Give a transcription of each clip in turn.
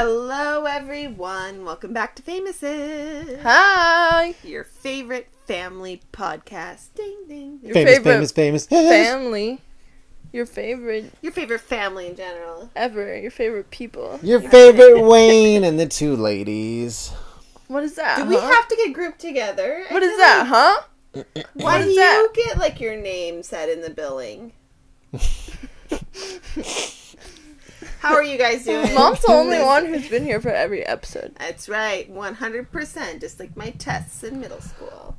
Hello, everyone. Welcome back to Famouses, Hi, your favorite family podcast. Ding, ding, ding. Your favorite famous, famous, famous. family. Your favorite Your favorite family in general. ever. Your favorite people. Your favorite Wayne and the two ladies. What is that? Do we huh? have to get grouped together? I feel Uh-huh. What is that, huh? like- Why what do is you that? get like your name said in the billing? How are you guys doing? Mom's the only one who's been here for every episode. That's right, one hundred percent. Just like my tests in middle school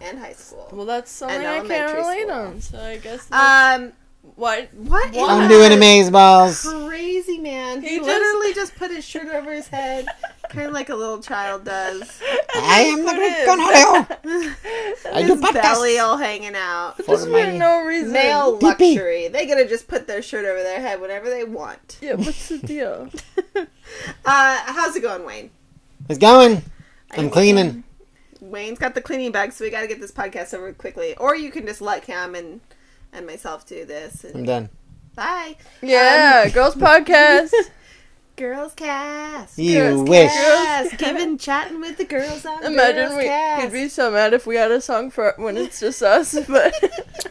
and high school. Well, that's something I can't elementary relate school. on. So I guess that's Um, what. what? in I'm I'm the- doing amaze balls. crazy man. He, He just- literally just put his shirt over his head, kind of like a little child does. I am the What great is- Gonorrheo. I do his belly podcasts. all hanging out. Just for my no reason. Male Pee-pee. luxury. They gotta just put their shirt over their head whenever they want. Yeah, what's the deal? uh, how's it going, Wayne? It's going. I'm cleaning. Wayne's got the cleaning bag, so we gotta get this podcast over quickly. Or you can just let Cam and and myself do this. I'm And done. bye, Yeah, girls podcast. girls cast. You Girls wish. Yes, giving chatting with the girls on Imagine girls we cast. would be so mad if we had a song for when it's just us, but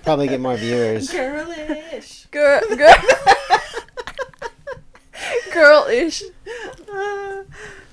Probably get more viewers. girlish. girl, girl, girlish. Uh,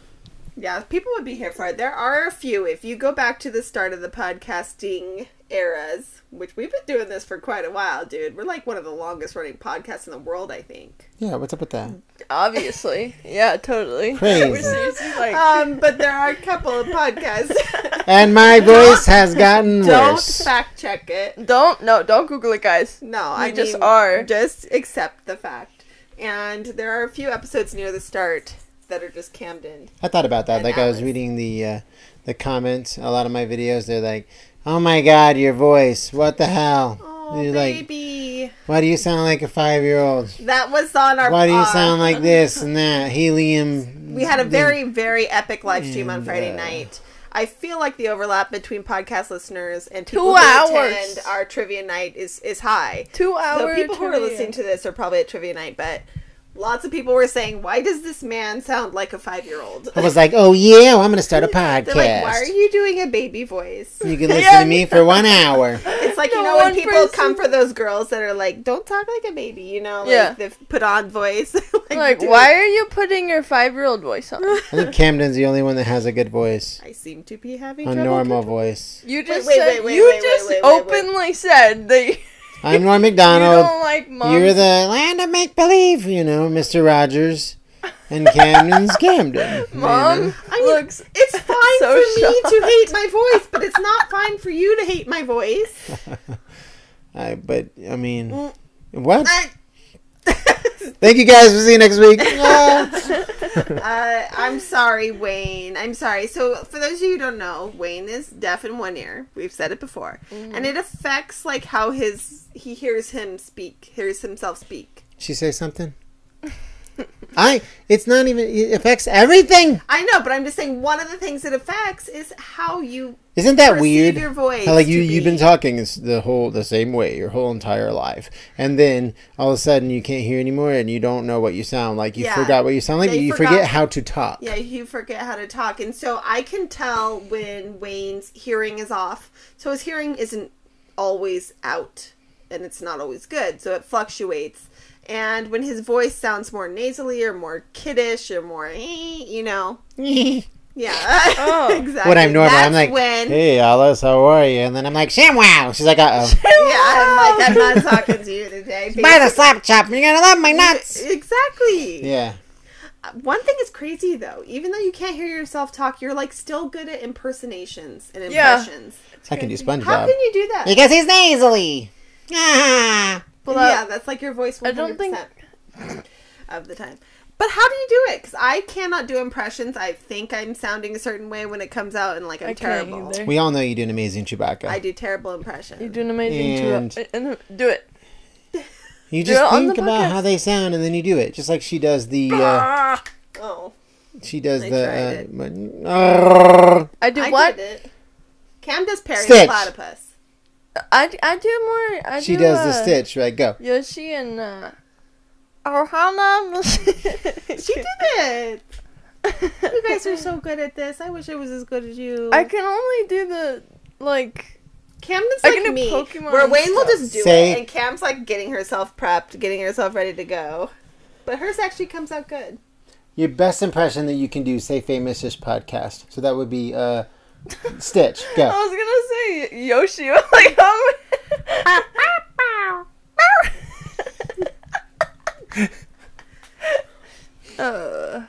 yeah, people would be here for it. There are a few. If you go back to the start of the podcasting eras, which we've been doing this for quite a while, dude. We're like one of the longest running podcasts in the world, I think. Yeah, what's up with that? Obviously. Yeah, totally. Crazy. We're seriously like, Um, but there are a couple of podcasts. And my voice has gotten Don't worse. fact check it. don't, no, don't Google it, guys. No, I just mean, are. Just accept the fact. And there are a few episodes near the start that are just Camden. I thought about that. And Like I was Alice. reading the uh, the comments. A lot of my videos, they're like, "Oh my God, your voice! What the hell? Oh, You're like, baby. why do you sound like a five year old? That was on our. Why do you our- sound like this and that? Helium." We had a very, very epic live stream on And, Friday uh, night. I feel like the overlap between podcast listeners and people Two who hours. attend our trivia night is is high. Two So hours. people who are listening to this are probably at trivia night, but lots of people were saying, "Why does this man sound like a five year old?" I was like, oh yeah, well, I'm gonna start a They're podcast. like, "Why are you doing a baby voice?" you can listen to me for one hour. It's like The you know when one people person- come for those girls that are like, "Don't talk like a baby," you know, like Yeah. they've put on voice. Like, dude, why are you putting your five year old voice on? I think Camden's the only one that has a good voice, I seem to be having a trouble normal voice. You just wait, said, wait, wait, you wait, wait, just wait, wait, wait. openly said that you I'm Norm don't Macdonald. like mom. You are the land of make believe, you know, Mister Rogers, and Camden's Camden. you know. mom I mean, looks. It's fine So for shocked. me to hate my voice, but it's not fine for you to hate my voice. I, but I mean, Mm. what? I, Thank you guys. We'll see you next week. Ah. Yeah. uh, I'm sorry, Wayne. I'm sorry. So, for those of you who don't know, Wayne is deaf in one ear. We've said it before, and it affects like how his he hears him speak, hears himself speak. she say something. I. It's not even. It affects everything. I know, but I'm just saying one of the things it affects is how you Isn't that perceive weird? your voice. How, like you to you've been be. talking s- the whole the same way your whole entire life, and then all of a sudden you can't hear anymore, and you don't know what you sound like. You Yeah. forgot what you sound like. They You forgot- forget how to talk. Yeah, you forget how to talk. And so I can tell when Wayne's hearing is off. So his hearing isn't always out and it's not always good. So it fluctuates. And when his voice sounds more nasally or more kiddish or more, eh, you know, yeah, Oh. exactly. When I'm normal, That's I'm like, when, "Hey, Alice, how are you?" And then I'm like, "Shamwow!" She's like, "Uh oh, yeah, I'm like, I'm not talking to you today. buy the slap chop. You're gonna love my nuts." Exactly. Yeah, One thing is crazy though. Even though you can't hear yourself talk, you're like still good at impersonations and Yeah. impressions. I can do How SpongeBob can you do that? because he's nasally. Ah. Well, yeah, that- that's like your voice. 100% I don't think- of the time. But how do you do it? Because I cannot do impressions. I think I'm sounding a certain way when it comes out, and like I'm I can't terrible. either. We all know you do an amazing Chewbacca. I do terrible impressions. You do an amazing And- job. And do it. You Do just it on the think about podcast. how they sound, and then you do it, just like she does the. Uh, Ah, Oh, She does I the. tried uh, it. mon- Arrgh. I do I what? did it. Cam does Perry the Stitch. platypus. I, I do more. I she do, does the uh, stitch, right? Go. Yoshi and uh, Ohana. She did it. are so good at this. I wish I was as good as you. I can only do the like. Camden's I like can do me, Pokemon where Wayne will stuff. just do Say- it, and Cam's like getting herself prepped, getting herself ready to go. But hers actually comes out good. Your best impression that you can do, say, famous ish podcast. So that would be uh, Stitch. I Go. was gonna say Yoshi. Like um. uh,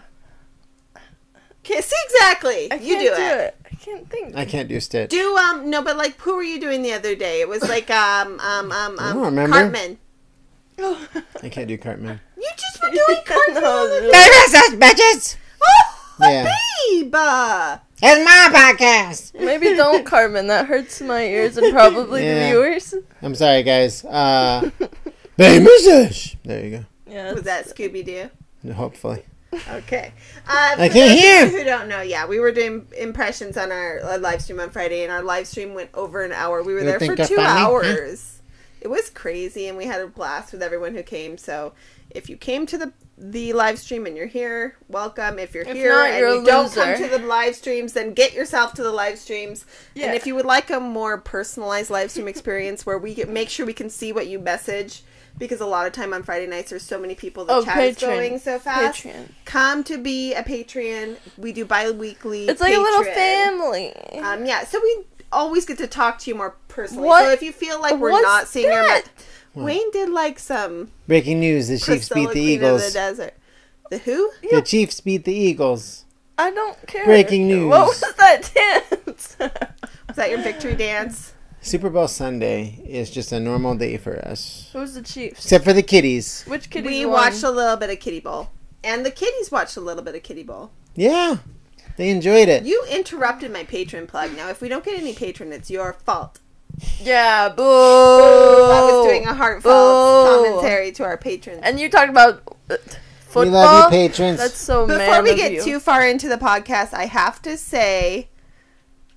Okay, see exactly. I can't you do, it. I can't think. I can't do Stitch. Do um no, but like who were you doing the other day? It was like um um um um I don't remember. Cartman. Oh. I can't do Cartman. You just were doing Cartman. No, all the really. day. bitches! Oh, Yeah. babe. uh, It's my podcast! Maybe don't, Carmen. That hurts my ears and probably Yeah. the viewers. I'm sorry, guys. Uh, famous ish! There you Yeah. Was that Scooby Doo? go. Hopefully. Okay. Uh, I for can't those of hear. you Who don't know? Yeah, we were doing impressions on our uh, live stream on Friday, and our live stream went over an hour. We were You there think for they're two funny, huh? hours. It was crazy, and we had a blast with everyone who came. So, if you came to the the live stream and you're here, welcome. If you're If here not, and you're a you don't come loser. to the live streams, then get yourself to the live streams. Yeah. And if you would like a more personalized live stream experience where we get, make sure we can see what you message, because a lot of time on Friday nights there's so many people the Oh, chat is Patreon. going so fast Patreon. come to be a patron we do bi-weekly It's like a little Patreon. family. um yeah so we always get to talk to you more personally What- so if you feel like we're what's not seeing your that? ma- wayne did like some Breaking news the Chiefs Priscilla beat the Queen of Eagles. the desert the who The Chiefs beat the Eagles. I don't care. Breaking news. What was that dance? is that your victory dance Super Bowl Sunday is just a normal day for us, Who's the Chiefs? except for the kitties. Which kitty? we won? watched a little bit of kitty bowl and the kitties watched a little bit of kitty bowl Yeah, they enjoyed it. you interrupted my patron plug now if we don't get any patron it's your fault Yeah, boo. i was doing a heartfelt Boo. commentary to our patrons And you talked about uh, football. we love you, patrons. That's so Before man we of get you. too far into the podcast, I have to say,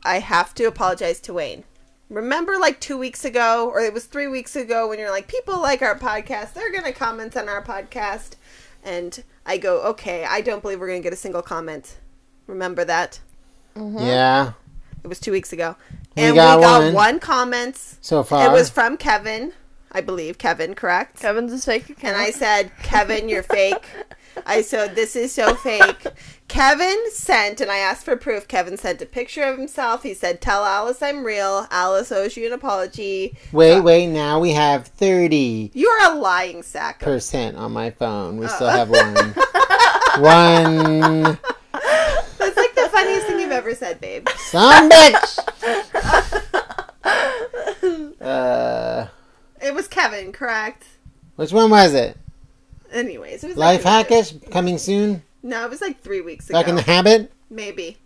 I have to apologize to Wayne. Remember, like two weeks ago, or it was three weeks ago, when you're like, people like our podcast, they're going to comment on our podcast. And I go, okay, I don't believe we're going to get a single comment. Remember that? Uh-huh. Yeah, It was two weeks ago. We and got we got one. one, comment. so far. it was from Kevin, I believe. Kevin, correct? Kevin's a fake account. And I said, Kevin, you're fake. I said, this is so fake. Kevin sent, and I asked for proof. Kevin sent a picture of himself. He said, Tell Alice I'm real. Alice owes you an apology. wait, wait. Now we have thirty You're a lying sack. percent on my phone. We still have one. one. That's like the funniest thing you've ever said, babe. Some bitch. uh, It was Kevin, correct? which one was it? Anyways, it was Life like hackish coming soon. No, it was like three weeks ago. Back in the habit. Maybe.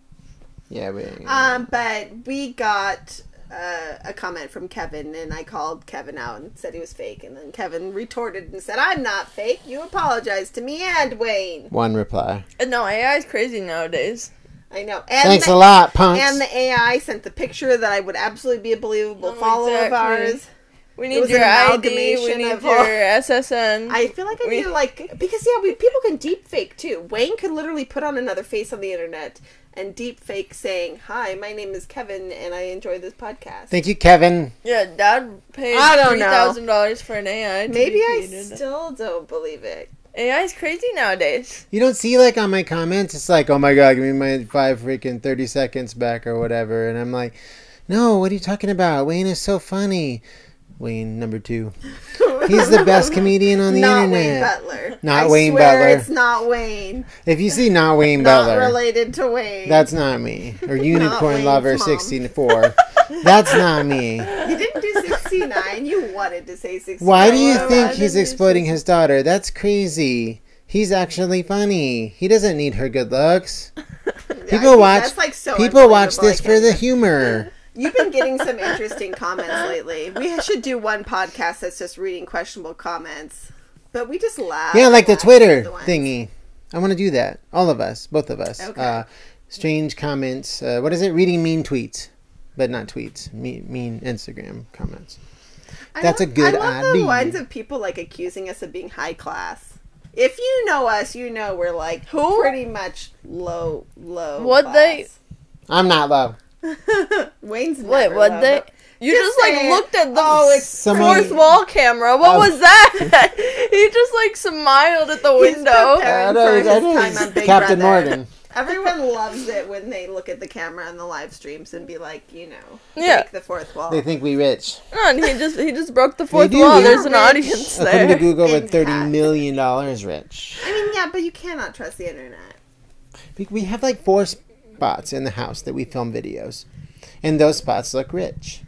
Yeah, we. Um, but we got uh, a comment from Kevin, and I called Kevin out and said he was fake, and then Kevin retorted and said, "I'm not fake. You apologize to me and Wayne. one reply. Uh, No, AI is crazy nowadays. I know." And Thanks the, a lot, punks. And the AI sent the picture that I would absolutely be a believable Oh, follow of exactly. ours. We was need an your ID. We amalgamation need of your all- SSN. I feel like I We- need to like because yeah, we people can deep fake too. Wayne could literally put on another face on the internet and deep fake saying, "Hi, my name is Kevin, and I enjoy this podcast." Thank you, Kevin. yeah, Dad paid I don't three know. thousand dollars for an AI. to be Maybe I created. still don't believe it. AI is crazy nowadays. You don't see like on my comments, it's like, oh my god, give me my five freaking thirty seconds back or whatever, and I'm like, no, what are you talking about? Wayne is so funny. Wayne number two, he's the best comedian on the not Wayne internet. Butler. Not I Wayne swear Butler. It's not Wayne. if you see not Wayne Not Butler, related to Wayne. that's not me. Or Unicorn Wayne's Lover mom. sixty four, that's not me. you didn't do sixty nine. You wanted to say sixty nine. Why do you why think didn't he's you exploiting his daughter? That's crazy. He's actually funny. He doesn't need her good looks. People watch. That's like so People watch unbelievable. this I for the can't- humor. You've been getting some interesting comments lately. We should do one podcast that's just reading questionable comments. But we just laugh. Yeah, like the laugh at Twitter the ones. thingy. I want to do that. All of us, both of us. Okay. Uh, strange comments. Uh, what is it? Reading mean tweets, but not tweets. Mean, mean Instagram comments. I That's a love- good I love idea. the ones of people like accusing us of being high class. If you know us, you know we're like Who? pretty much low, low. What they- I'm not low. they? Wayne's Wait, never what low, they? but- You Just just, like saying. looked at the Oh, it's Someone- fourth wall camera. What Oh. was that? he just like smiled at the He's window. prepared. I Aaron know, Sorkin's I know, time it's on Big Captain Brother. Morgan. Everyone loves it when they look at the camera on the live streams and be like, you know, Yeah. break the fourth wall. They think we rich. No, and he just he just broke the fourth do, wall. yeah. There's an Rich. audience According to there. Google, we're Impact. thirty million dollars rich. I mean, yeah, but you cannot trust the internet. We- We have like four spots in the house that we film videos, and those spots look rich.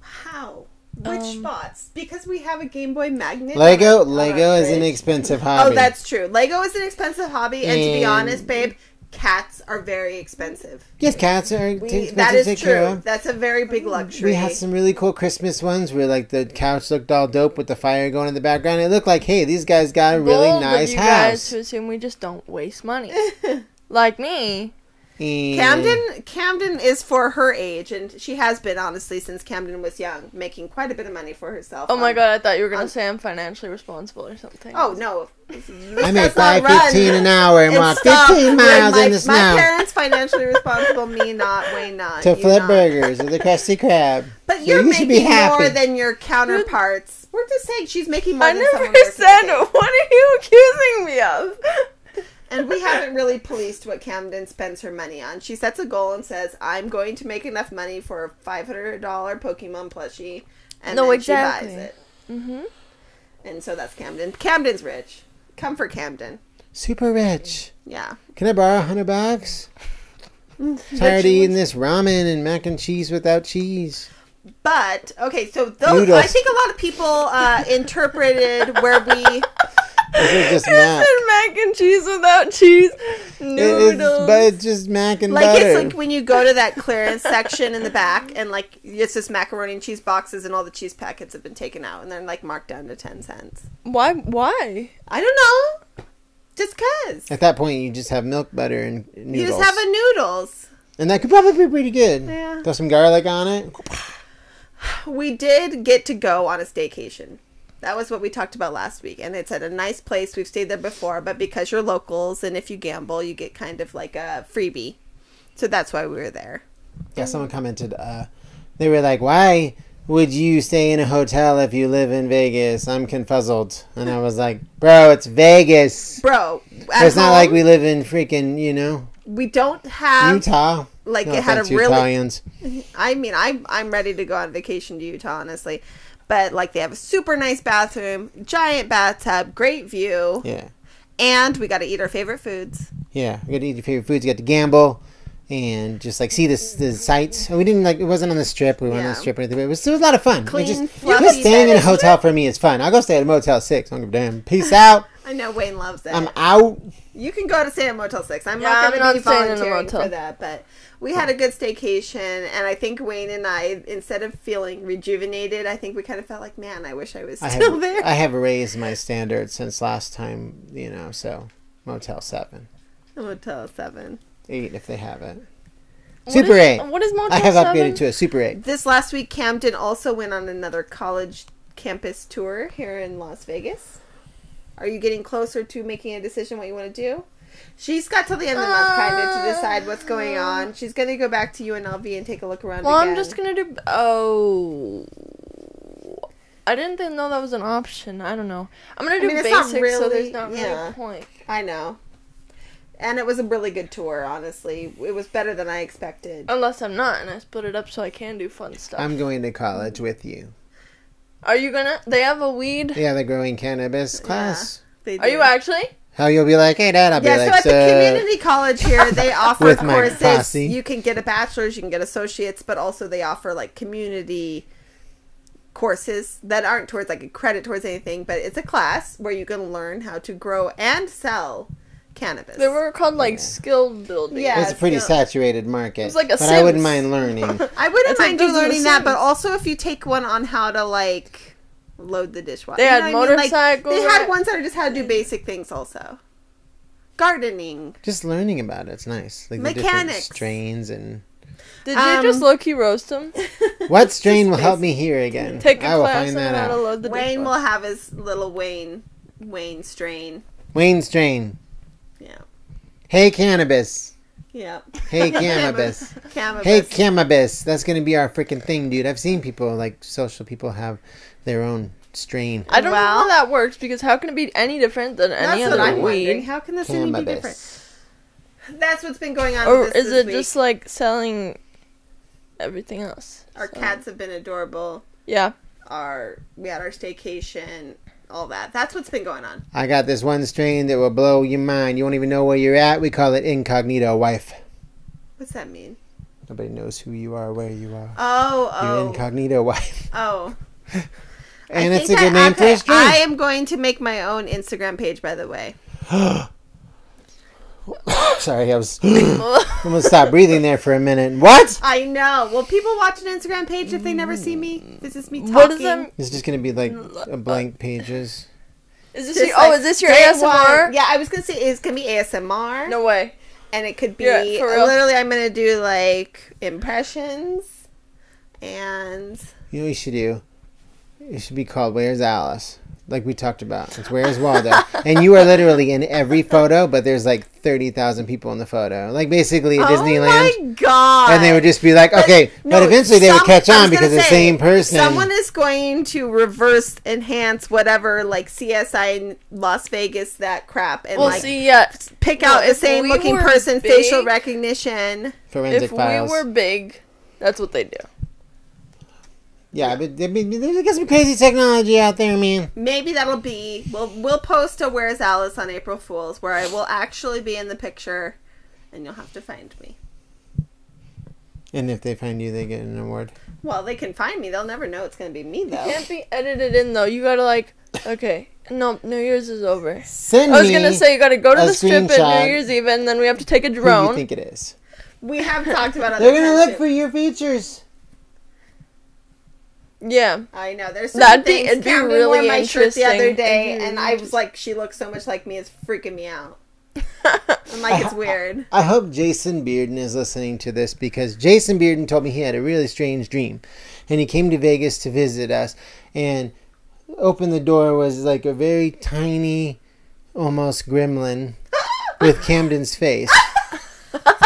How? Which Um, spots? Because we have a Game Boy magnet. on Lego, our Lego is an fridge. expensive Oh, hobby. that's true. Lego is an expensive hobby, and, to be And- honest, babe, cats are very expensive. yes, cats are We, expensive that to is take care true. of. That's a very big luxury. We had some really cool Christmas ones where like the couch looked all dope with the fire going in the background. It looked like, hey, these guys got a really Bold of nice you guys house. to assume we just don't waste money. like me, And- Camden Camden is for her age, and she has been honestly since Camden was young, making quite a bit of money for herself. Oh my on- god, I thought you were gonna um, say I'm financially responsible or something. Oh no, I made made five fifteen an hour and walked fifteen miles my, in the My snow parents financially responsible, me not, Wayne not. to you flip not. burgers at the Krusty Krab. But Yeah, you're you should making be happy. more than your counterparts. We're just saying she's making more I than never someone working said. with it. What are you accusing me of? And we haven't really policed what Camden spends her money on. She sets a goal and says, "I'm going to make enough money for a five hundred dollar Pokemon plushie," and No, then she exactly. buys it. Mm-hmm. hmm And so that's Camden. Camden's rich. Come for Camden. Super rich. Yeah. Can I borrow a hundred bucks? Mm, Tired of eating this ramen and mac and cheese without cheese. But okay, so those Noodles. I think a lot of people uh, interpreted where we This is just You mac. said mac and cheese without cheese. It- Noodles. it's, but it's just mac and like butter. it's like when you go to that clearance section in the back and like it's just macaroni and cheese boxes and all the cheese packets have been taken out and they're like marked down to ten cents. why? Why? I don't know. Just cause. At that point, you just have milk, butter, and noodles. You just have a noodles. and that could probably be pretty good. Yeah. Throw some garlic on it. We did get to go on a staycation. That was what we talked about last week, and it's at a nice place. We've stayed there before, but because you're locals and if you gamble, you get kind of like a freebie. So that's why we were there. Yeah, someone commented. Uh, they were like, "Why would you stay in a hotel if you live in Vegas?" I'm confuzzled, and I was like, "Bro, it's Vegas. Bro, at It's not like home, we live in freaking you know we don't have Utah." like No it had a offense, really Italians. I mean, I I'm ready to go on vacation to Utah, honestly. But like they have a super nice bathroom, giant bathtub, great view, Yeah, and we got to eat our favorite foods. yeah. You got to eat your favorite foods. You got to gamble. And just like see this the sights. And we didn't like it wasn't on the strip. We weren't on Yeah. the strip or anything. But it was, it was a lot of fun. It Clean, just, fluffy just staying in a bed. hotel for me is fun. I'll go stay at a Motel Six. I don't give a damn. Peace out. I know Wayne loves it. I'm out. you can go to stay at Motel Six. I'm Yeah, not I'm going to not be staying in a volunteering motel. for that, but we had a good staycation, and I think Wayne and I, instead of feeling rejuvenated, I think we kind of felt like, man, I wish I was I still have, there. I have raised my standards since last time, you know, so Motel 7. Motel Seven. 8 if they have it. What Super is- 8. What is Motel I have 7? upgraded to a Super 8. This last week, Camden also went on another college campus tour here in Las Vegas. Are you getting closer to making a decision what you want to do? She's got till the end of the month, kind of, to decide what's going on. She's going to go back to UNLV and take a look around. Well, again. I'm just gonna do. Oh. I didn't think, know that was an option. I don't know. I'm gonna do mean, it's not basics, so really- there's not really yeah. a point. I know. And it was a really good tour, honestly. It was better than I expected. Unless I'm not, and I split it up so I can do fun stuff. I'm going to college with you. Are you gonna? They have a weed. Yeah, the growing cannabis class. They Are you did. actually? How you'll be like, hey, Dad, I'll Yeah, be so like, at so. the community college here, they offer With my courses. posse. You can get a bachelor's, you can get associates, but also they offer like community courses that aren't towards like a credit towards anything, but it's a class where you can learn how to grow and sell cannabis. They were called like skill building. Yeah. it's a pretty it's- saturated market. It's like a but I wouldn't Sims. mind learning. I wouldn't It's like mind you those are the learning that, but Sims. also if you take one on how to like load the dishwasher. They You had know what I mean? Like, motorcycle, they had right? ones that are just how to do basic things also. Gardening. Just learning about it's nice. Like the different Mechanics. strains and Did Um, you just low key roast them? what strain will help me here again? Take a I will class find on that how to out. load the Wayne dishwasher. will have his little Wayne Wayne strain. Wayne's Train. Yeah. Hey, cannabis. Yeah. Hey, cannabis. Cannabis. Hey, cannabis. That's gonna be our freaking thing, dude. I've seen people like social people have their own strain. I don't know Well- how that works because how can it be any different than any That's other what I'm wondering. weed? How can this any be different? Cannabis. That's what's been going on. Or with this is this it week. just like selling everything else? our So- cats have been adorable? Yeah. Our we had our staycation, all that. That's what's been going on. I got this one strain that will blow your mind. You won't even know where you're at. We call it incognito wife. What's that mean? Nobody knows who you are, where you are. Oh, You're oh, incognito wife. oh. I And it's a think good I- name for okay, a strain. I am going to make my own Instagram page, by the way. Sorry, I was almost stopped breathing there for a minute. What? I know. Will people watch an Instagram page if they never see me? Mm. This is me talking. What is that? It's just gonna be like a blank pages. Is this Just your, oh, like is this your day ASMR? one. Yeah, I was gonna say it's gonna be ASMR, No way. and it could be Yeah, for real. literally. I'm gonna do like impressions, and You know what you should do? It should be called Where's Alice? Like we talked about. It's Where's Waldo? and you are literally in every photo, but there's like 30,000 people in the photo. Like basically at Disneyland. Oh my god! and they would just be like, okay, but, no, eventually they would some- catch I was on because gonna the say, same person. Someone is going to reverse enhance whatever like CSI in Las Vegas that crap and Well, like see, yeah. pick no, out the if same we looking were person, big- facial recognition. forensic If files. we were big, that's what they do. yeah, but I mean, there's got some crazy technology out there, man. Maybe that'll be we'll we'll post a Where's Alice on April Fools where I will actually be in the picture, and you'll have to find me. And if they find you, they get an award. Well, they can find me. They'll never know it's gonna be me though. Can't be edited in though. You gotta like, okay, no, New Year's is over. Send I was me gonna say you gotta go to a the strip at screenshot. New Year's Eve, and then we have to take a who you drone. think it is. We have talked about other. They're going to times, look too. for your features. yeah, I know. There's certain That'd be- things. it'd be Camden really wore my shirt the interesting. other It'd day, be and really I was like, "She looks so much like me. It's freaking me out." I'm I- like, "It's weird." I hope Jason Bearden is listening to this because Jason Bearden told me he had a really strange dream. And he came to Vegas to visit us. And open the door was like a very tiny, almost gremlin with Camden's face.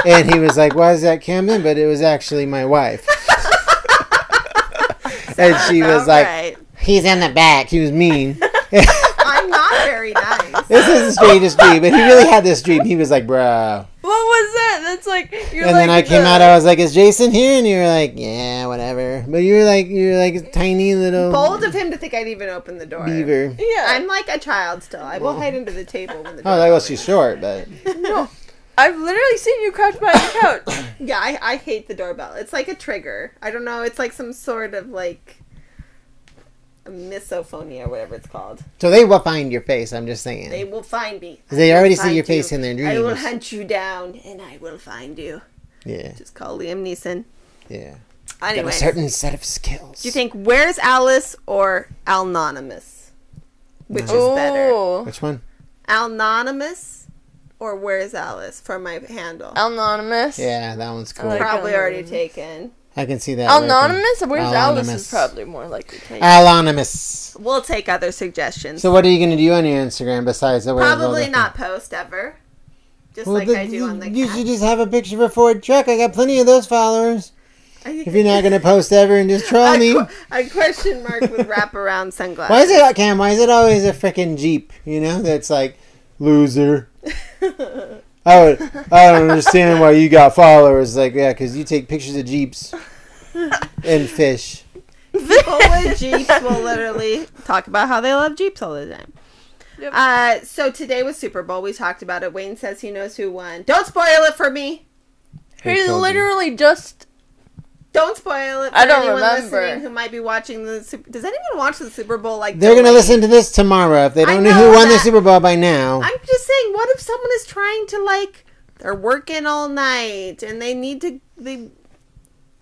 And he was like, Why is that Camden? But it was actually my wife. and she was like, Alright. He's in the back. He was mean. "I'm not very nice." This is the strangest dream. And he really had this dream. He was like, Bro. what was that? That's like you're and like. then I came the- out. I was like, "Is Jason here?" And you were like, "Yeah, whatever." But you were like, you were like a tiny little Bold of him to think I'd even open the door. beaver. Yeah, I'm like a child still. I will hide under the table when the door. Oh, that was opens. she's short, but I've literally seen you crouch behind the couch. Yeah, I, I hate the doorbell. It's like a trigger. I don't know. It's like some sort of like misophonia or whatever it's called. so they will find your face. I'm just saying. They will find me. They I will already see find your face you. in their I will dreams. hunt you down and I will find you. yeah, Just call Liam Neeson. yeah. Got Anyway, a certain set of skills. do you think Where's Alice or Anonymous? Which is better? Ooh, Which one? Anonymous or Where's Alice for my handle? anonymous. Yeah, that one's cool. like- Probably already Anonymous. taken. I can see that. Anonymous? Where's Alice Anonymous. is probably more likely. to- working. Anonymous. We'll take other suggestions. So what are you gonna do on your Instagram besides the way it rolled Probably up? not post ever. Just Well, like the- I do on the you cat. should just have a picture of a Ford truck. I got plenty of those followers. I think- If you're not gonna post ever and just troll a, me, qu- a question mark with wraparound sunglasses. Why is it, Cam? Why is it always a freaking Jeep? You know, that's like loser. I would, I don't understand why you got followers like that because you take pictures of Jeeps and fish. People with Jeeps will literally talk about how they love Jeeps all the time. Yep. Uh, so today was Super Bowl. We talked about it. Wayne says he knows who won. Don't spoil it for me. Who He told you? literally just Don't spoil it for I don't anyone remember. listening who might be watching the. Super- Does anyone watch the Super Bowl? Like They're gonna delayed? listen to this tomorrow if they I don't know, know who won the that. Super Bowl by now. I'm just saying, what if someone is trying to like they're working all night and they need to they.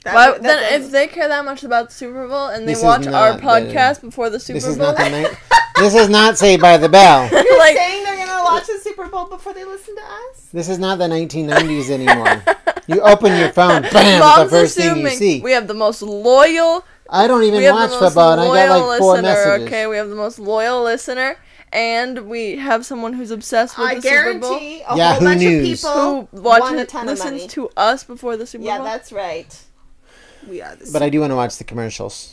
That, Why, that then doesn't- if they care that much about the Super Bowl and they This is watch our not the- podcast before the Super This is Bowl, not the night. This is not Saved by the Bell. You're like saying they're gonna watch the Super Bowl before they listen to us? This is not the 1990s anymore. You open your phone, bam, mom's it's the first thing assuming you see. we have the most loyal, I don't we even have watch the most football, and I loyal got like four listener. messages. Okay, we have the most loyal listener, and we have someone who's obsessed with I the Super guarantee a Yahoo whole bunch News. of people Bowl. Who watches, won a ton of listens money. to us before the Super yeah, Bowl? that's right. We are the But I do want to watch the commercials.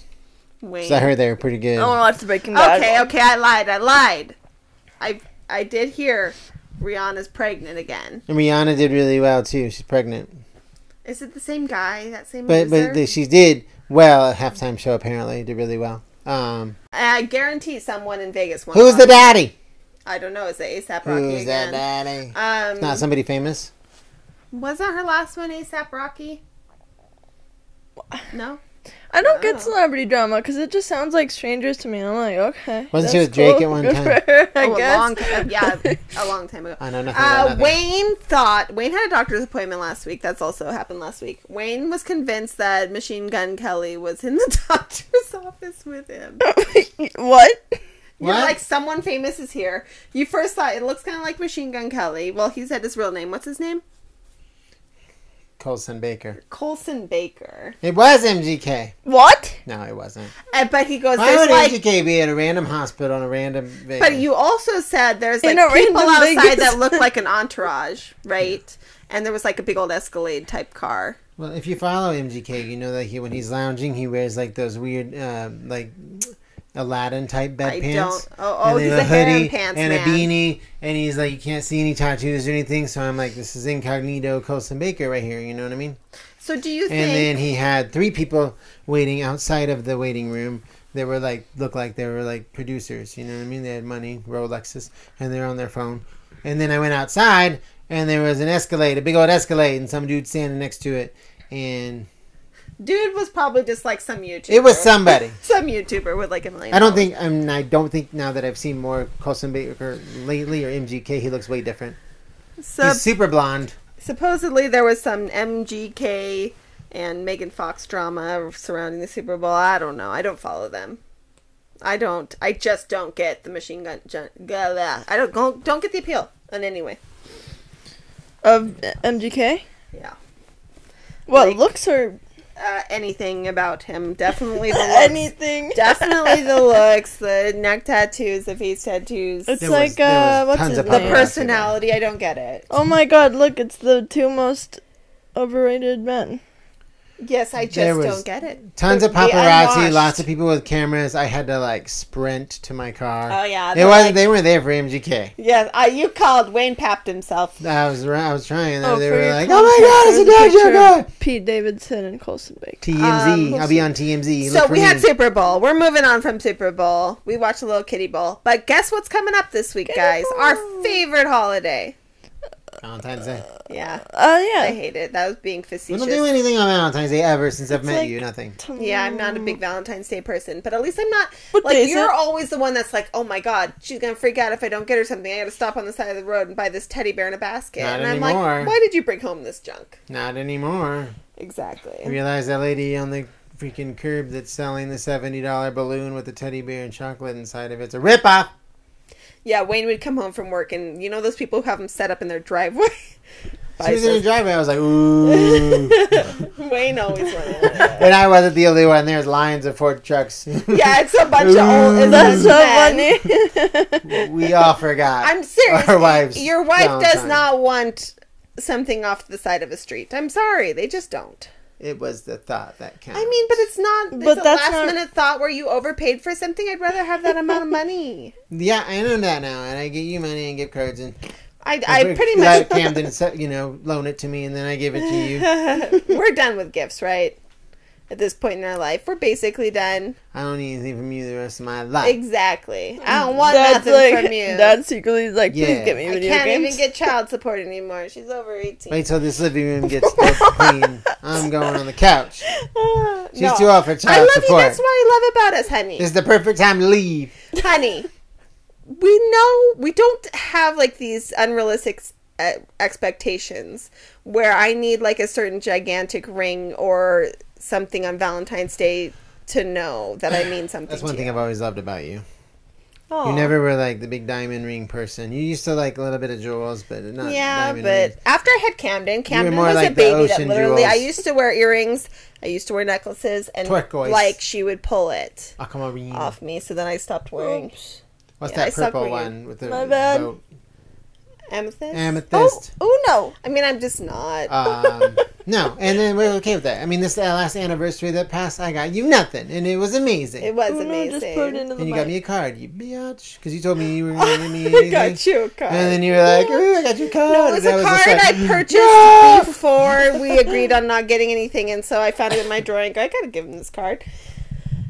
Wayne. 'cause I heard they were pretty good. I want to watch the Breaking Bad. Okay, one. okay, I lied. I lied. I I did hear Rihanna's pregnant again. And Rihanna did really well too. She's pregnant, Is it the same guy? That same but loser? but the, she did well at halftime show. Apparently, did really well. Um, I guarantee someone in Vegas won. who's the daddy? I don't know. Is it ASAP Rocky Who's that again? daddy? Um, Not somebody famous. wasn't her last one ASAP Rocky? No. I don't get Oh. celebrity drama because it just sounds like strangers to me. I'm like, okay. Wasn't she that's with Drake cool. at one Good time? for her, I oh, guess. a long time. Yeah, a long time ago. I know nothing about Uh, nothing. Wayne thought Wayne had a doctor's appointment last week. That's also happened last week. Wayne was convinced that Machine Gun Kelly was in the doctor's office with him. what? You're What? like someone famous is here. You first thought it looks kind of like Machine Gun Kelly. Well, he said his real name. What's his name? Colson Baker. Colson Baker. It was MGK. What? No, it wasn't. Uh, but he goes, Why there's would like. MGK be at a random hospital in a random? Vegas? But you also said there's like In a people random outside Vegas. that look like an entourage, right? And there was like a big old Escalade type car. Well, if you follow MGK, you know that he when he's lounging, he wears like those weird, uh, like Aladdin type bed I pants. don't. Oh, oh, then he's a harem pants and man. a beanie, and he's like, you can't see any tattoos or anything. So I'm like, this is incognito Colson Baker right here. You know what I mean? So do you And think? then he had three people waiting outside of the waiting room. They were like, looked like they were like producers. You know what I mean? They had money, Rolexes, and they're on their phone. And then I went outside, and there was an Escalade, a big old Escalade, and some dude standing next to it, and. Dude was probably just like some YouTuber. It was somebody. some YouTuber with like a million. I don't followers. think. I mean, I don't think now that I've seen more Colson Baker lately or MGK, he looks way different. Sup- He's super blonde. supposedly there was some MGK and Megan Fox drama surrounding the Super Bowl. I don't know. I don't follow them. I don't. I just don't get the machine gun. Jun, blah, blah. I don't go, don't get the appeal. And anyway, Of MGK? yeah. What Like- looks or Uh, anything about him? Definitely the looks. anything? definitely the looks, the neck tattoos, the face tattoos, It's the There like was- there uh, was what's tons his of name? popular- personality. I don't get it. Oh my God! Look, it's the two most overrated men. Yes, I There just was don't get it. Tons of The paparazzi, unwashed. lots of people with cameras. I had to like sprint to my car. Oh, yeah, it they're wasn't. like- they weren't there for MGK. Yes, I, you called Wayne Papped himself. I was. ra- I was trying. Oh, they for were your like, "Oh context, my God, it's a there's dad picture of joke!" ah!" Pete Davidson and Colson Baker. TMZ. Um, I'll be on TMZ. So Look for we had me. Super Bowl. We're moving on from Super Bowl. We watched a little Kitty Bowl. But guess what's coming up this week, guys? Our favorite holiday. Valentine's Uh, Day. Yeah, Oh I yeah. hate it. That was being Uh, We facetious. don't do anything on Valentine's Day ever since I've met like- you. Nothing. Yeah, I'm not a big Valentine's Day person, but at least I'm not What day like is you're it? always the one that's like, "Oh my god, she's going to freak out if I don't get her something. I got to stop on the side of the road and buy this teddy bear in a basket." Not and I'm anymore. like, "Why did you bring home this junk?" Not anymore. Exactly. I realized that lady on the freaking curb that's selling the seventy dollar balloon with the teddy bear and chocolate inside of it's a ripoff. Yeah, Wayne would come home from work, and you know those people who have them set up in their driveway. She was in the Buys driveway. I was like, ooh, those- Wayne always wanted. it. and I wasn't the only one. There's lines of Ford trucks. Yeah, it's a bunch of old. it's That's so men. funny. we all forgot. I'm serious. Our wives. Your wife does Valentine. not want something off the side of a street. I'm sorry, they just don't. It was the thought that counted. I mean, but it's not. But it's a that's last not- minute thought where you overpaid for something. I'd rather have that amount of money. yeah, I know that now, and I get you money and gift cards, and I, I pretty let much. Camden, se- you know, loan it to me, and then I give it to you. we're done with gifts, right? At this point in our life, we're basically done. I don't need anything from you the rest of my life. Exactly. I don't want That's nothing like from you. Dad secretly is like, Yeah. please get me I video can't games. even get child support anymore. She's over 18. Wait till this living room gets dead clean. I'm going on the couch. No. She's too old for I child love you. support. That's what I love about us, honey. It's the perfect time to leave. honey, we know we don't have like these unrealistic uh, expectations where I need like a certain gigantic ring or something on Valentine's Day to know that I mean something. That's one to thing you. I've always loved about you. Aw. You never were like the big diamond ring person. You used to like a little bit of jewels, but not Yeah, diamond but rings. after I had Camden, Camden more was a like the baby that ocean literally jewels. I used to wear earrings, I used to wear necklaces, and Turquoise. like she would pull it aquamarine. off me, so then I stopped wearing. What's Yeah, I that suck purple with you. one with the My bad. boat? Amethyst. amethyst? Oh no. I mean, I'm just not. Um, no, and then we're okay with that. I mean, this uh, last anniversary that passed, I got you nothing, and it was amazing. it was Uno amazing. just put it into the and you got me mic. a card, you bitch, because you told me you were going to give me I anything. got you a card. And then you were like, "Ooh, I got you a card." no, it was and a that just card like, I purchased "No!" before we agreed on not getting anything, and so I found it in my drawer and go, I gotta give him this card.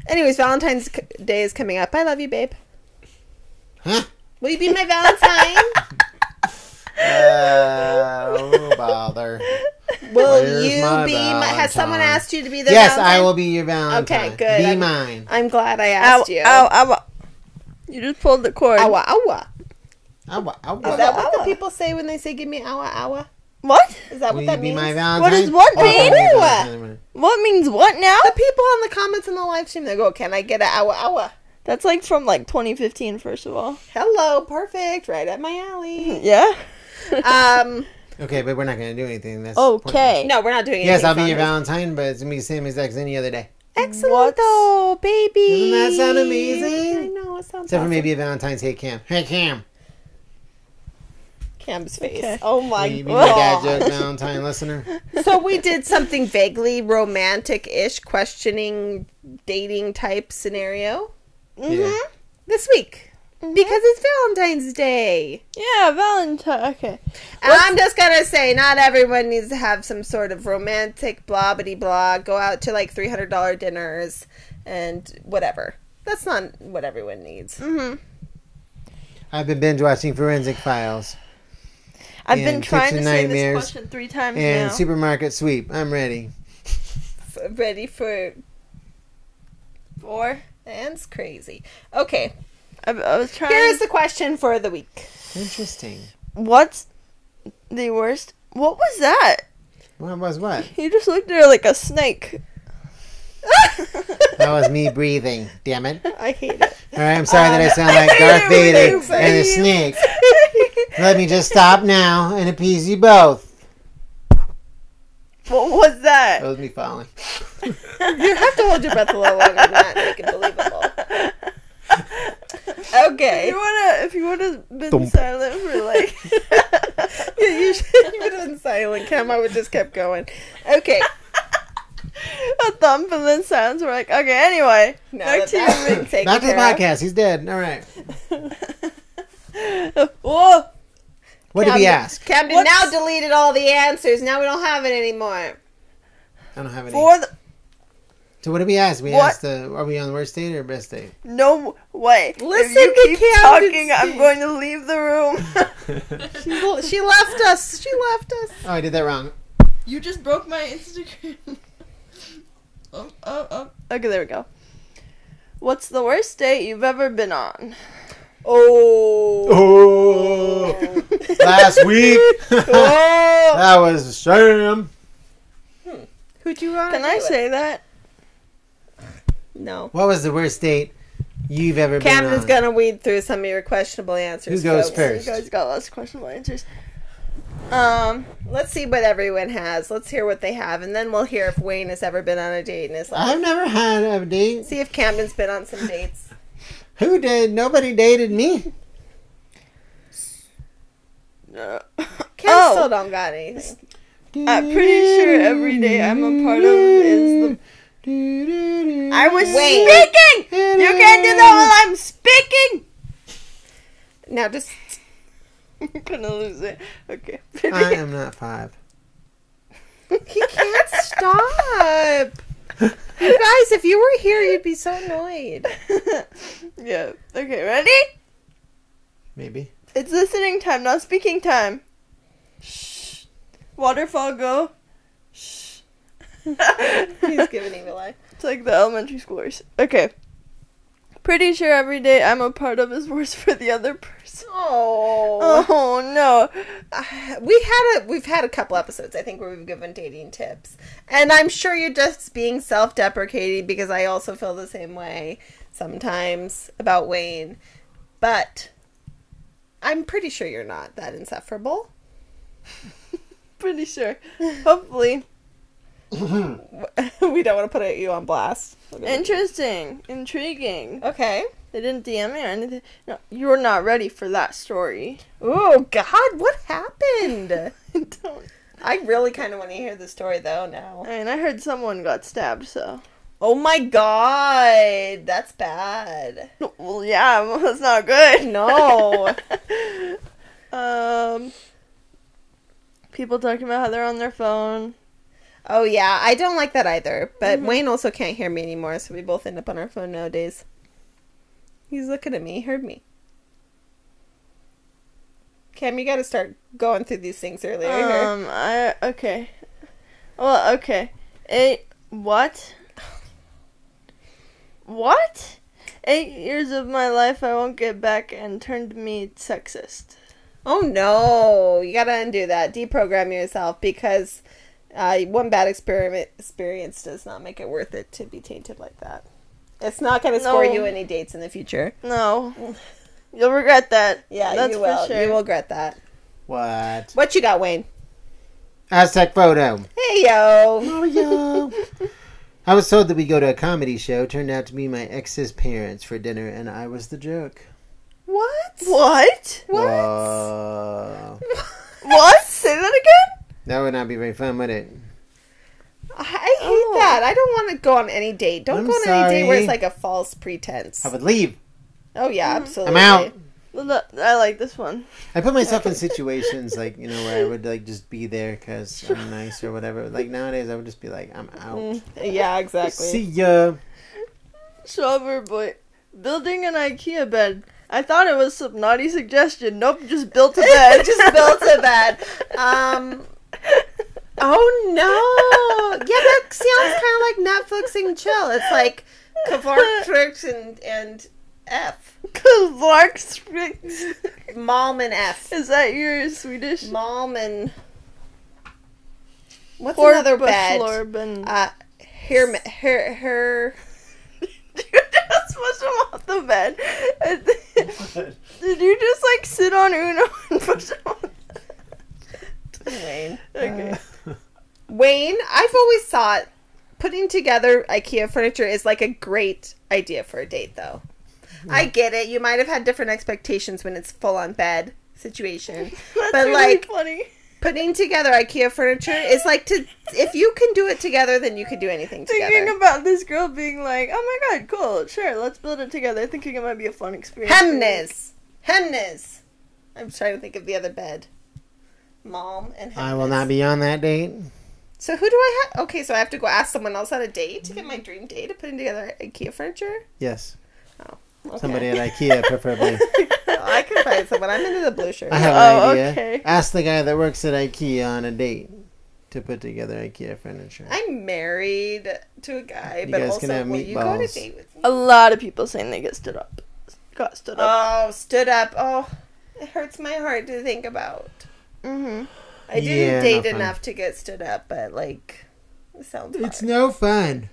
Anyways, Valentine's c- Day is coming up. I love you, babe. Huh? Will you be my Valentine? Uh, oh, bother. Will Where's you my be? My, has someone Valentine? asked you to be the? Yes, Valentine? I will be your Valentine. Okay, good. Be I'm- mine. I'm glad I Ow, asked you. ow, ow. You just pulled the cord. Awa, awa. Awa, awa. Is that Awa, what the awa. people say when they say "give me awa awa"? What? Is that Will what you that be means? my Valentine? does what Oh, mean? I'll be your Valentine. What means what now? the people on the comments in the live stream, they go, "Can I get a awa awa?" That's like from like 2015, first of all. Hello, perfect, right at my alley. Yeah. um, Okay, but we're not going to do anything. That's pointless. Okay. no, we're not doing anything. Yes, I'll be fun. your Valentine, but it's gonna be the same exact as any other day. Excellent, What? though, baby. Doesn't that sound amazing? I know it sounds. Except for awesome. maybe a Valentine's Hey Cam. Hey Cam. Cam's face. Okay. Oh my Maybe the dad god! joke Valentine listener. so we did something vaguely romantic-ish, questioning dating type scenario Mm-hmm. Yeah. this week because it's Valentine's Day. Yeah, Valentine. Okay. And I'm just gonna say, not everyone needs to have some sort of romantic blah bitty blah. Go out to like three hundred dollar dinners and whatever. That's not what everyone needs. Mhm. I've been binge watching Forensic Files I've And been trying to Kitchen say this Nightmares question three Mm-hmm. times and now. Supermarket Sweep. I'm ready. F- ready for eh, Four. that's crazy. Okay, I, I was trying. here's the question for the week. Interesting. What's the worst? What was that? What was what? You just looked at her like a snake. That was me breathing. Damn it. I hate it. All right, I'm sorry that Uh, I sound like Darth Vader and a snake. Let me just stop now and appease you both. What was That that? was me falling. You have to hold your breath a little longer than that. to Make it believable. If Okay. you wanna, if you wanna been Thump. silent for like, yeah, you should have been silent, Cam. I would just kept going. Okay. a thump and then silence. We're like, okay, anyway, Now back that to that's you. been taken Back to the care of. podcast. He's dead. All right. Mick. Whoa, What did we Camden- ask? Camden What's- now deleted all the answers. Now we don't have it anymore. I don't have any. for the, So what did we ask? We What? asked, uh, are we on the worst date or best date? no way. Listen if to you keep Camden talking, I'm speak. going to leave the room. She's- she left us. She left us. Oh, I did that wrong. You just broke my Instagram. oh, oh, oh. Okay, there we go. What's the worst date you've ever been on? Oh. Oh, last week that Oh! was a sham. Who'd you want? Can I say that? no? What was the worst date you've ever been Camden's on? gonna weed through some of your questionable answers. Who goes folks. first? You guys got lots of questionable answers. Um, Let's see what everyone has. Let's hear what they have, and then we'll hear if Wayne has ever been on a date in his life. I've never had a date. See if Camden's been on some dates. Who did? Nobody dated me. uh, Cam oh, still don't got anything. I'm pretty sure every day I'm a part of is the. I was Wait. speaking. You can't do that while I'm speaking. Now just I'm gonna lose it. Okay. I am not five. he can't stop. You guys, if you were here, you'd be so annoyed. yeah. Okay. Ready? Maybe. It's listening time, not speaking time. Shh. Waterfall go. Shh. He's giving evil eye. It's like the elementary schoolers. Okay. Pretty sure every day I'm a part of is worse for the other person. Oh, Oh no. Uh, we had a we've had a couple episodes I think where we've given dating tips, and I'm sure you're just being self-deprecating because I also feel the same way sometimes about Wayne, but I'm pretty sure you're not that insufferable. Pretty sure. Hopefully. we don't want to put you on blast. Interesting. Intriguing. Okay, They didn't DM me or anything. No, you're not ready for that story. Oh God, what happened? I don't. I really kind of want to hear the story though now. I mean, I heard someone got stabbed, so. Oh my God, that's bad. Well, yeah, well, that's not good. No. um. People talking about how they're on their phone. Oh yeah, I don't like that either. But Wayne also can't hear me anymore, so we both end up on our phone nowadays. He's looking at me. He heard me. Cam, you got to start going through these things earlier. Um. I okay. Well, okay. Eight. What? What? Eight years of my life I won't get back and turned me sexist. oh no, you got to undo that. Deprogram yourself because uh, one bad experiment experience does not make it worth it to be tainted like that. It's not going to score No. you any dates in the future. No. You'll regret that. Yeah, that's you will. for sure. You will regret that. What? What you got, Wayne? Aztec photo. Hey yo. Mario. I was told that we go to a comedy show. Turned out to be my ex's parents for dinner, and I was the joke. What? What? What? Whoa. What? Say that again? That would not be very fun, would it? I hate Oh. that. I don't want to go on any date. Don't I'm go on any date where it's sorry. like a false pretense. I would leave. Oh yeah, I'm absolutely. out. Look, I like this one. I put myself in situations like you know where I would like just be there because I'm nice or whatever. Like nowadays, I would just be like, I'm out. Mm, Yeah, exactly. See ya. Strawberry boy. Building an IKEA bed. I thought it was some naughty suggestion. Nope, just built a I bed. just built a bed. Um. Oh no. Yeah, that sounds kind of like Netflix and chill. It's like Kvark tricks and and F. Clark Springs. Mom and F. Is that your Swedish? Mom and what's Or another bed? Buslorben. Uh, her her her. Dude, that's what's wrong with the bed. Did you just like sit on Uno and push him on? Wayne. Okay. Wayne, I've always thought putting together IKEA furniture is like a great idea for a date, though. Hmm. I get it. You might have had different expectations when it's full on bed situation. That's But, really like- funny. Putting together IKEA furniture is like to if you can do it together, then you can do anything together. Thinking about this girl being like, "Oh my god, cool, sure, let's build it together." Thinking it might be a fun experience. Hemnes, Hemnes. I'm trying to think of the other bed. Mom and Hemnes. I will not be on that date. So who do I have? Okay, so I have to go ask someone else on a date to get my dream date of putting together IKEA furniture. Yes, Okay. somebody at IKEA preferably. Oh, I can find someone. I'm into the blue shirt. I have Oh, an idea. okay. Ask the guy that works at IKEA on a date to put together IKEA furniture. I'm married to a guy, You but guys also can have will you go on a meatballs. date with me? A lot of people saying they get stood up, got stood up. Oh, stood up. Oh, it hurts my heart to think about. mm-hmm. I didn't Yeah, not date fun. enough to get stood up, but like, it sounds. It's hard. no fun.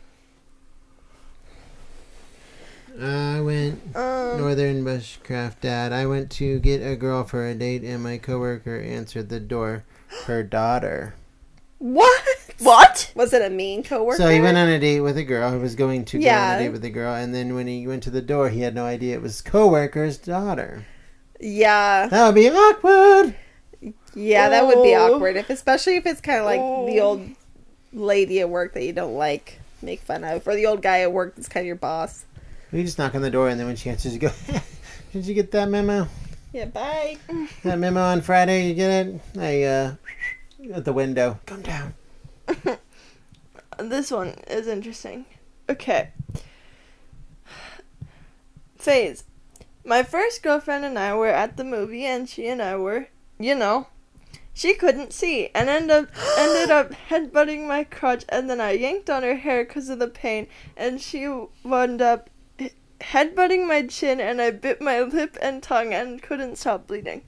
I went Um, Northern Bushcraft Dad. I went to get a girl for a date, and my coworker answered the door. Her daughter. what? what? Was it a mean coworker? So he went on a date with a girl. He was going to go Yeah. on a date with a girl, and then when he went to the door, he had no idea it was coworker's daughter. yeah, That would be awkward. yeah, that would be Oh. awkward, if, especially if it's kind of like the Oh. old lady at work that you don't like, make fun of, or the old guy at work that's kind of your boss. We just knock on the door, and then when she answers, you go, "Did you get that memo? Yeah, bye. That memo on Friday? You get it? I uh, at the window. Come down." This one is interesting. Okay. Phase. My first girlfriend and I were at the movie, and she and I were, you know, she couldn't see, and end up ended up headbutting my crotch, and then I yanked on her hair because of the pain, and she wound up he- headbutting my chin, and I bit my lip and tongue, and couldn't stop bleeding.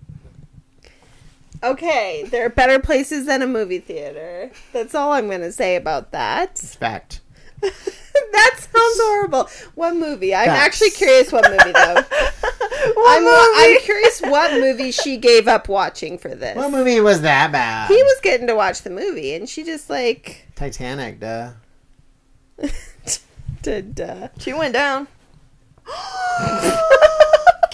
Okay, there are better places than a movie theater. That's all I'm going to say about that. Fact. that sounds horrible. What movie? I'm Facts. actually curious what movie though. One I'm, I'm curious what movie she gave up watching for this. What movie was that about? He was getting to watch the movie, and she just like Titanic, duh. did. Uh... She went down.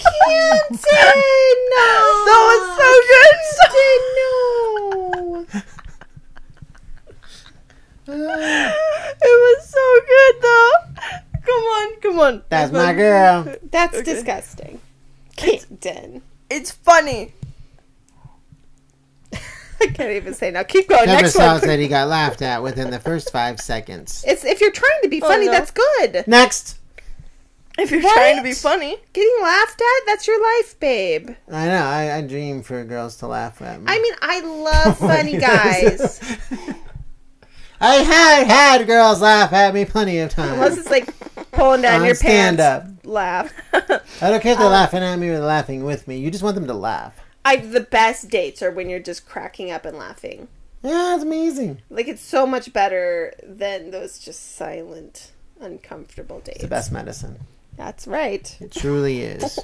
Canton! No! That was so good. Canton, no! Ah, It was so good though. Come on, come on. That's my girl. That's Okay. disgusting. Canton. It's funny. I can't even say now. Keep going. Never Next saw one. said he got laughed at within the first five seconds. It's if you're trying to be funny, no. that's good. Next. If you're trying to be Right? funny. Getting laughed at, that's your life, babe. I know. I, I dream for girls to laugh at me. I mean, I love Oh, funny guys. I have had girls laugh at me plenty of Unless times. it's like pulling down On your stand pants. up. Laugh. I don't care if they're laughing at me or they're laughing with me. You just want them to laugh. I the best dates are when you're just cracking up and laughing. Yeah, it's amazing. Like it's so much better than those just silent, uncomfortable dates. It's the best medicine. That's right. It truly is.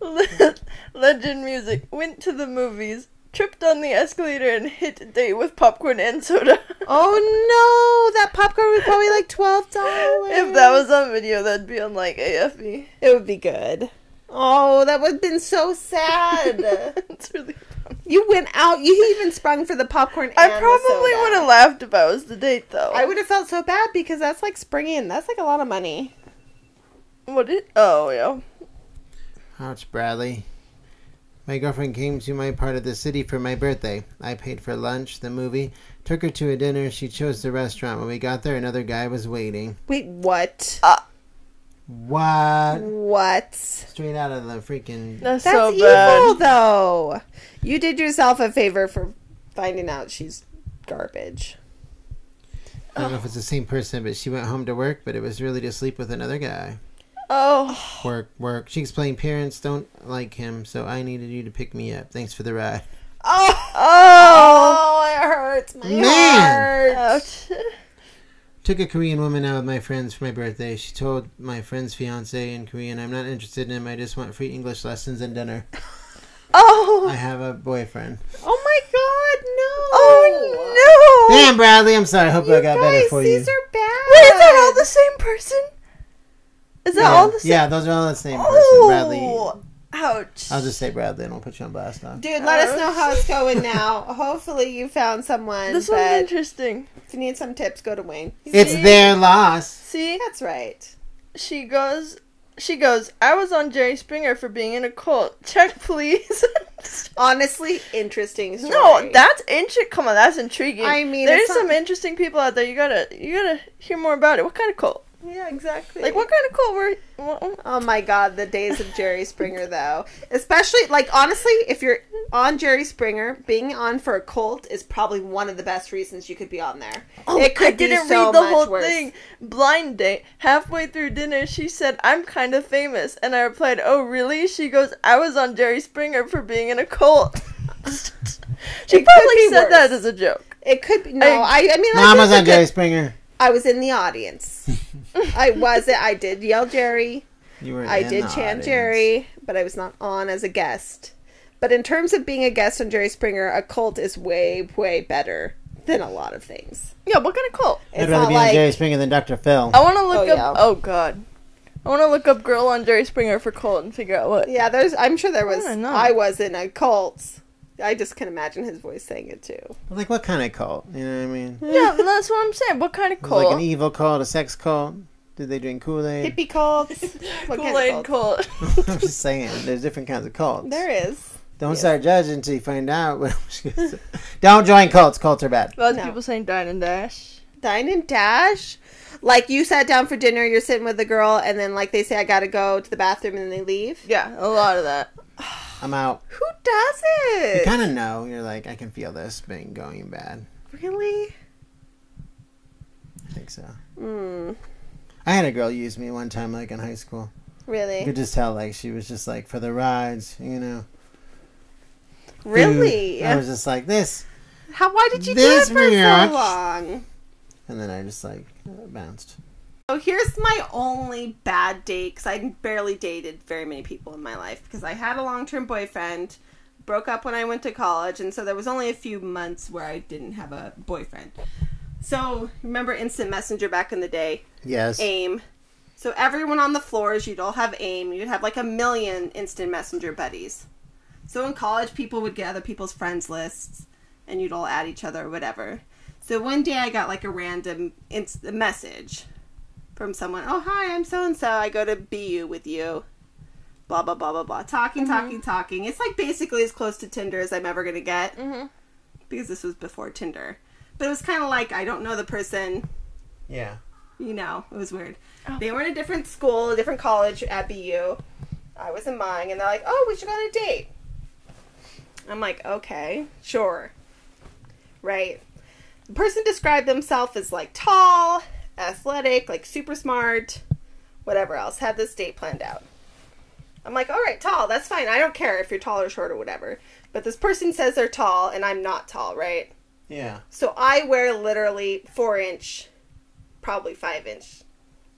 Legend music went to the movies, tripped on the escalator, and hit a date with popcorn and soda. Oh no, that popcorn was probably like twelve dollars. if that was on video, that'd be on like AFE. it would be good. Oh, that would have been so sad. it's really. you went out. You even sprung for the popcorn. I And the probably soda. would have laughed if I was the date though. I would have felt so bad because that's like springing. That's like a lot of money. What did? Oh yeah. Ouch, Bradley. My girlfriend came to my part of the city for my birthday. I paid for lunch, the movie, took her to a dinner. She chose the restaurant. When we got there, another guy was waiting. Wait, what? What? What? Straight out of the freaking. That's, That's so evil, bad. though. You did yourself a favor for finding out she's garbage. I don't know if it's the same person, but she went home to work, but it was really to sleep with another guy. Oh, Work, work. She explained parents don't like him, so I needed you to pick me up. Thanks for the ride. Oh, oh, oh, it hurts my Man. heart. ouch. Took a Korean woman out with my friends for my birthday. She told my friend's fiance in Korean, I'm not interested in him. I just want free English lessons and dinner. Oh, I have a boyfriend. Oh my god, no! oh no! Damn, Bradley. I'm sorry. I hope You I got better guys, for you. these are bad. Wait, is that all the same person? Is that yeah. all the same? Yeah, those are all the same person. Oh, Bradley. ouch. I'll just say Bradley and I'll put you on blast now. Dude, let us Oh. know how it's going now. Hopefully, you found someone. This one's but interesting. if you need some tips, go to Wayne. It's their loss. See, That's right. she goes. She goes. I was on Jerry Springer for being in a cult. Check, please. Honestly, interesting story. no, that's interesting. Come on, that's intriguing. I mean, there's it's not- some interesting people out there. You gotta, you gotta hear more about it. What kind of cult? Yeah, exactly. Like, what kind of cult were? What, Oh my god, the days of Jerry Springer though. Especially like honestly, if you're on Jerry Springer, being on for a cult is probably one of the best reasons you could be on there. it could Oh, I didn't be so read the much whole worse. thing. Blind date. Halfway through dinner, she said, "I'm kind of famous," and I replied, "Oh, really?" She goes, "I was on Jerry Springer for being in a cult." she could probably be said that worse. as a joke. It could be no, I I, mean I Mama's did- on Jerry Springer. I was in the audience. I was I did yell Jerry. You were. I in did the chant audience. Jerry, but I was not on as a guest. But in terms of being a guest on Jerry Springer, a cult is way, way better than a lot of things. Yeah, what kind of cult? It's I'd rather not be on like Jerry Springer than Dr. Phil. I want to look Oh, up. yeah. Oh God, I want to look up "girl on Jerry Springer" for cult and figure out what. Yeah, there's. I'm sure there was. I don't know. I was in a cult. I just can imagine his voice saying it too. Like, what kind of cult? You know what I mean? Yeah, that's what I'm saying. What kind of Was it cult? Like an evil cult, a sex cult. Did they drink Kool Aid? Hippie cults. e- What kind of Kool-Aid cults? cult. I'm just saying, there's different kinds of cults. There is. Don't start judging until you find out. what Don't join cults. Cults are bad. Lots No. of people saying dine and dash. Dine and dash. Like you sat down for dinner, you're sitting with the girl, and then like they say, I gotta go to the bathroom, and then they leave. Yeah, a lot of that. I'm out. Who does You it? kind of know. You're like, I can feel this thing going bad. Really? I think so. Mm, I had a girl use me one time, like in high school. You really? could just tell, like, she was just like for the rides, you know. food. Really? I was just like this, How? Why did you This do it for much. so long? and then I just like bounced. So here's my only bad date because I barely dated very many people in my life because I had a long term boyfriend, broke up when I went to college, and so there was only a few months where I didn't have a boyfriend. So remember instant messenger back in the day? Yes. AIM. So everyone on the floors, you'd all have AIM. You'd have like a million instant messenger buddies. So in college, people would get other people's friends lists, and you'd all add each other or whatever. So one day, I got like a random inst- message from someone. Oh hi, I'm so and so. I go to BU with you. Blah blah blah blah blah. Talking, talking, talking. It's like basically as close to Tinder as I'm ever gonna get Mhm. because this was before Tinder. But it was kind of like I don't know the person Yeah. you know, it was weird. They were in a different school, a different college at BU. I was in mine, and they're like, oh, we should go on a date. I'm like, okay, sure. Right. The person described themselves as like tall, athletic, like super smart, whatever else. Had this date planned out. I'm like, all right, tall, that's fine. I don't care if you're tall or short or whatever. But this person says they're tall, and I'm not tall, right? Yeah. So I wear literally four inch, probably five inch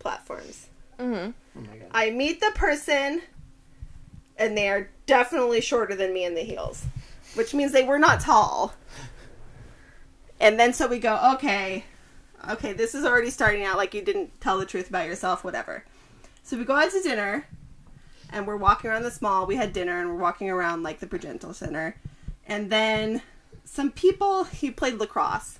platforms. Mhm. Oh my god. I meet the person, and they are definitely shorter than me in the heels, which means they were not tall. And then so we go, okay, okay, this is already starting out like you didn't tell the truth about yourself, whatever. So we go out to dinner, and we're walking around this mall. We had dinner, and we're walking around like the Progenital Center. And then some people, he played lacrosse.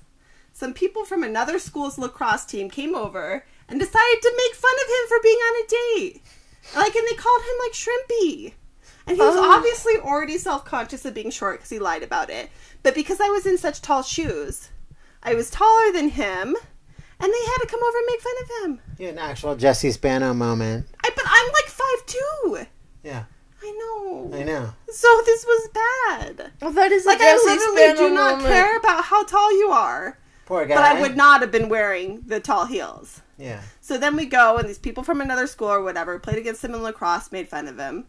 Some people from another school's lacrosse team came over and decided to make fun of him for being on a date. Like, and they called him like Shrimpy. And he was Oh. obviously already self conscious of being short because he lied about it. But because I was in such tall shoes, I was taller than him, and they had to come over and make fun of him. Yeah, an actual Jesse Spano moment. I, but I'm like five two. Yeah. I know. I know. So this was bad. Well, that is Like a Jesse I literally Spano do not moment. care about how tall you are, Poor guy. but I would not have been wearing the tall heels. Yeah. So then we go, and these people from another school or whatever played against him in lacrosse, made fun of him,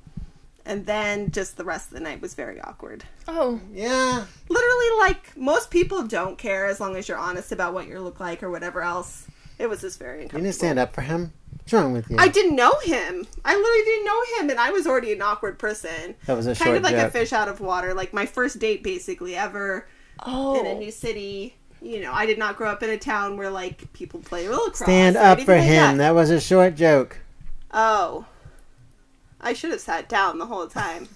and then just the rest of the night was very awkward. Oh, Yeah. Literally, like most people don't care as long as you're honest about what you look like or whatever else. It was just very You uncomfortable. didn't stand up for him. What's wrong with you? I didn't know him. I literally didn't know him, and I was already an awkward person. That was a kind short of like a joke. fish out of water. Like my first date, basically ever oh. in a new city. You know, I did not grow up in a town where like people play lacrosse. Stand or up anything for like That. him. That was a short joke. Oh, I should have sat down the whole time.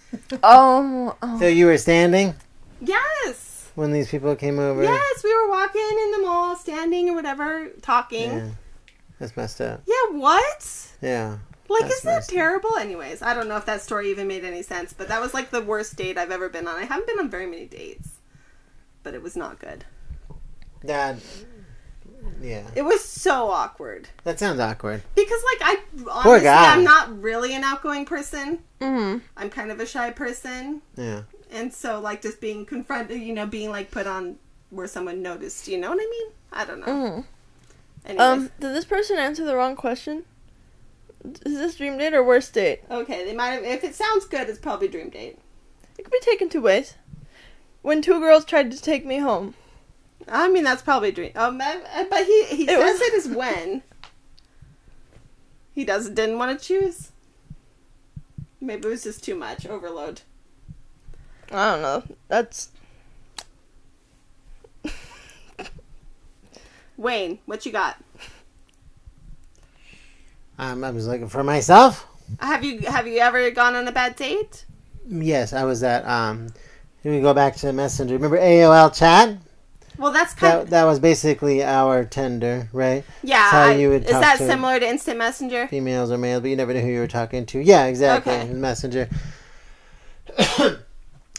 Oh, oh. "Mm-hmm. So you were standing yes, when these people came over. yes, we were walking in the mall, standing or whatever, talking. Yeah. Yeah, That's messed up. what? Yeah. Like, That's isn't that messed up. terrible? Anyways, I don't know if that story even made any sense, but that was like the worst date I've ever been on. I haven't been on very many dates, but it was not good. That. Yeah. It was so awkward That sounds awkward. because, like, I honestly, guy. I'm not really an outgoing person. Mm. I'm kind of a shy person, Yeah. and so like just being confronted, you know, being like put on where someone noticed. You know what I mean? I don't know. Mm. Anyways, Um, did this person answer the wrong question? Is this dream date or worst date? okay, they might have. If it sounds good, it's probably dream date. It could be taken two ways. When two girls tried to take me home. I mean, that's probably dream. Um, I- I- but he he It says was- it is when he does didn't want to choose. Maybe it was just too much overload. I don't know. That's Wayne, what you got? Um, I was looking for myself. Have you have you ever gone on a bad date? Yes, I was at. Um, here we go back to Messenger. Remember AOL chat? Well, that's kind That of that was basically our Tinder, right? yeah. how I- you would is talk that to- similar to instant messenger? Females or males, but you never knew who you were talking to. Yeah, exactly. Okay. Messenger.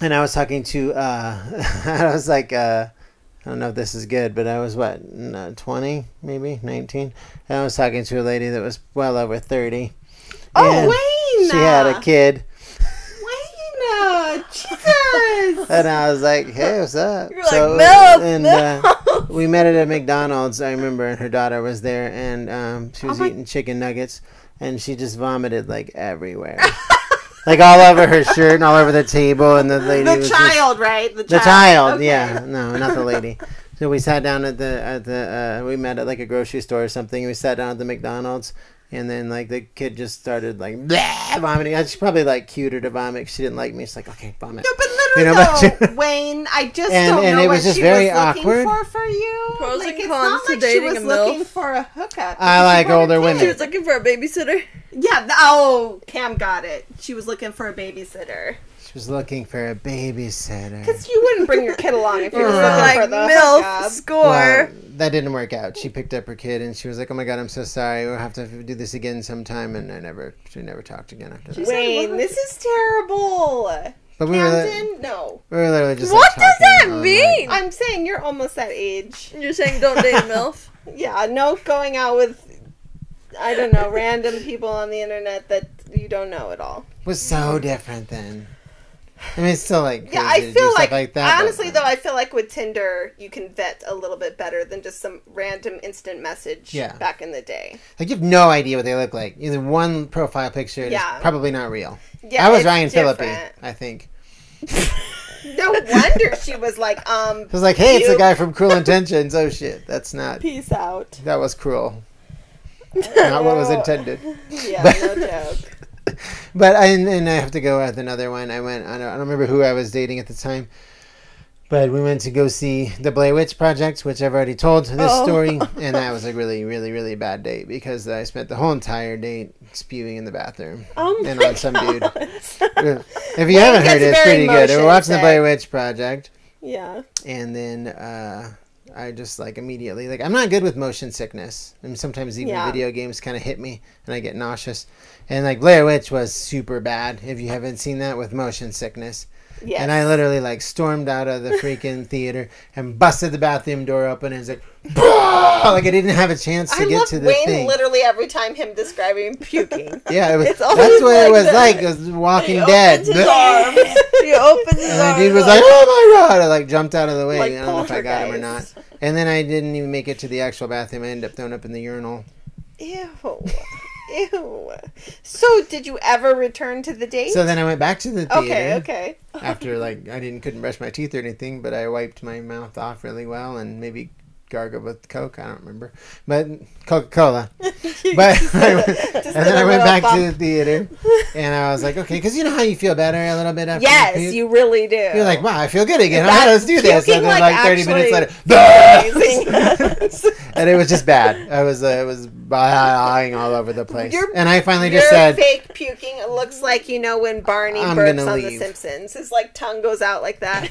and I was talking to. Uh, I was like. Uh, I don't know if this is good, but I was what, n- 20, maybe 19? And I was talking to a lady that was well over 30. And Oh, Wayne! She had a kid. Wayne, uh, Jesus! And I was like, hey, what's up? You're like, "Milf, and uh, milf." we met it at McDonald's, I remember, and her daughter was there, and um, she was Oh my- eating chicken nuggets, and she just vomited like everywhere. like all over her shirt and all over the table, and the lady the was just- child, right? the child, Okay. yeah, no, not the lady. So we sat down at the at the uh, we met at like a grocery store or something. And we sat down at the McDonald's, and then like the kid just started like blah, vomiting. She's probably like cuter to vomit. 'cause She didn't like me. She's like, okay, vomit. No, but you know, but- though, Wayne, I just And- don't and know it what was just she very was awkward. looking for for you. Pros like, and it's cons not to like dating she was a looking milf. for a hookup. I She like brought a older kid. women. She was looking for a babysitter. Yeah. th- oh, Cam got it. She was looking for a babysitter. She was looking for a babysitter. Because you wouldn't bring your kid along if you were Right. looking like for the MILF hookup. score. Well, that didn't work out. She picked up her kid and she was like, "Oh my god, I'm so sorry. We'll have to do this again sometime." And I never, she never talked again after that. said- Wayne, this is terrible. But we were, li- Camden, no. we were literally just. What like, does talking that on, mean? I'm saying you're almost that age. You're saying don't date a MILF? Yeah, no going out with, I don't know, random people on the internet that you don't know at all. Like, was so different then. I mean, it's still like Yeah, crazy I to do feel stuff like, like that. but- honestly though, I feel like with Tinder you can vet a little bit better than just some random instant message Yeah. back in the day. like you have no idea what they look like. Either one profile picture, and Yeah. it's probably not real. Yeah, I was it's Ryan Phillippe, different. I think. No wonder she was like, um, I was like, "Hey, it's the You- guy from Cruel Intentions." Oh shit, that's not. peace out. That was cruel. Not what was No. intended. Yeah, no joke. But I, and, and I have to go with another one. I went. I don't, I don't remember who I was dating at the time. But we went to go see the Blair Witch Project, which I've already told this Oh. story, and that was a really, really, really bad date because I spent the whole entire date spewing in the bathroom Oh and on some dude. If you Well, haven't he heard gets it, it's very pretty good. We're motion watching the sick. Blair Witch Project, Yeah. and then uh, I just like immediately like I'm not good with motion sickness, and sometimes even Yeah. video games kind of hit me, and I get nauseous. And like Blair Witch was super bad. If you haven't seen that with motion sickness, Yes. and I literally like stormed out of the freaking theater and busted the bathroom door open and was like, "Bah!" like I didn't have a chance to I get love to the Wayne thing. literally every time him describing puking. yeah, it was, It's that's always what it like was that. like. It was Walking He Dead. opens his arms. He opens his And arms. the dude was like, "Oh my god!" I like jumped out of the way. Like I don't know if I got him or not. poltergeist. And then I didn't even make it to the actual bathroom. I ended up thrown up in the urinal. Ew. Ew. So did you ever return to the date? So then I went back to the theater okay, okay. after like I didn't couldn't brush my teeth or anything, but I wiped my mouth off really well and maybe gargled with Coke. I don't remember, but Coca Cola. But I went- and then I went back to the theater and I was like, okay, because you know how you feel better a little bit after. Yes, puke? you really do. You're like, wow, I feel good again. That's How let's do this? puking, And then, like, like, 30 minutes actually later, "Bah!" amazing. and it was just bad. I was, uh, I was buying all over the place. You're- and I finally Your just said, fake puking it looks like you know when Barney I'm burps gonna on leave. The Simpsons. His like tongue goes out like that.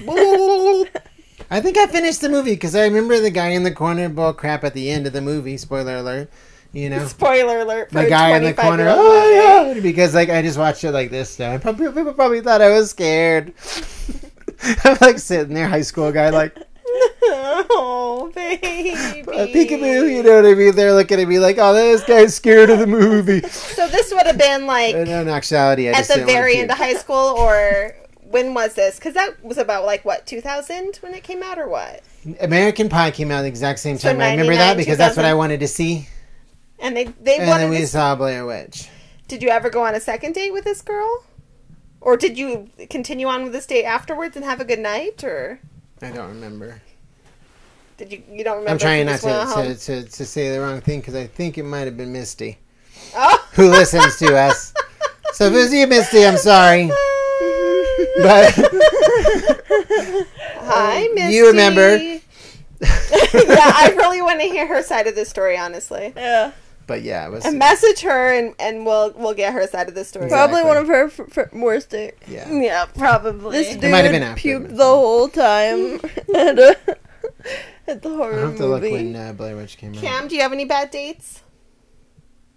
I think I finished the movie because I remember the guy in the corner bull crap at the end of the movie. Spoiler alert, you know. Spoiler alert! For The guy in the corner, oh yeah, because like I just watched it like this. Now. Probably, people probably thought I was scared. I'm like sitting there, high school guy, like oh baby. uh, peekaboo. You know what I mean? They're looking at me like, oh, this guy's scared of the movie. So this would have been like And in actuality, I at just the didn't wanna very puke. end of high school, or when was this? Because that was about like what 2000 when it came out, or what? American Pie came out the exact same So time. I remember 99, that because that's what 2000. I wanted to see. And they they And wanted. then we to- saw Blair Witch. Did you ever go on a second date with this girl? Or did you continue on with this date afterwards and have a good night, or I don't remember. did you? You don't remember. I'm if trying you not just went to, home? to, to, to say the wrong thing because I think it might have been Misty Oh. who listens to us. So if it was you, Misty, I'm sorry. But Hi, Misty. Oh, You remember. yeah, I really want to hear her side of the story, honestly. yeah. but yeah, it was And message her, and, and we'll we'll get her side of the story. Prob- Probably one of her f- f- worst dates. yeah. yeah, probably. This dude might have been after, puked but- the whole time at, a, at the I horror have to look movie. when uh, Blair Witch came out. Cam, do you have any bad dates?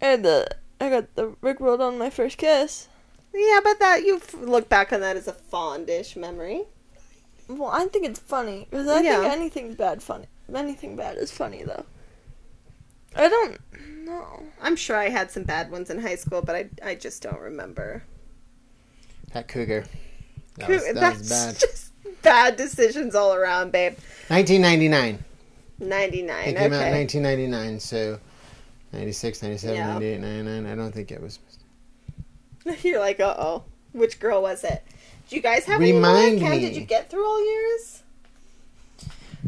and the I got the Rickrolled on my first kiss. Yeah, but that you f- look back on that as a fondish memory. Well, I think it's funny because I Yeah. think anything's bad funny. Anything bad is funny though. I don't know. I'm sure I had some bad ones in high school, but I, I just don't remember. That cougar. That was, that That's was bad. just bad decisions all around, babe. 1999. Ninety It nine. came out in Okay. 1999, so 96, 97, Yeah. 98, 99. I don't think it was. You're like, uh oh, which girl was it? Did you guys have Remind any more? Cam, Did me. you get through all yours?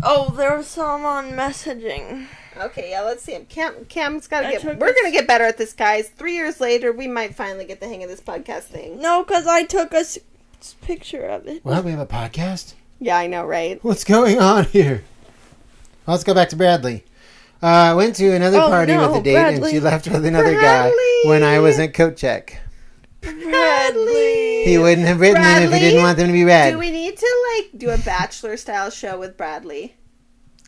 Oh, there was some on messaging. Okay, yeah, let's see him. Cam, Cam's got to I get. took We're this- gonna get better at this, guys. Three years later, we might finally get the hang of this podcast thing. No, because I took a s- s- picture of it. Well, we have a podcast. Yeah, I know, right? What's going on here? Well, let's go back to Bradley. Uh, I went to another Oh, party no, with a date, and she Bradley. left with another guy Bradley. when I was at coat check. Bradley. He wouldn't have written it if he Bradley, didn't want them to be read. Do we need to like do a bachelor style show with Bradley?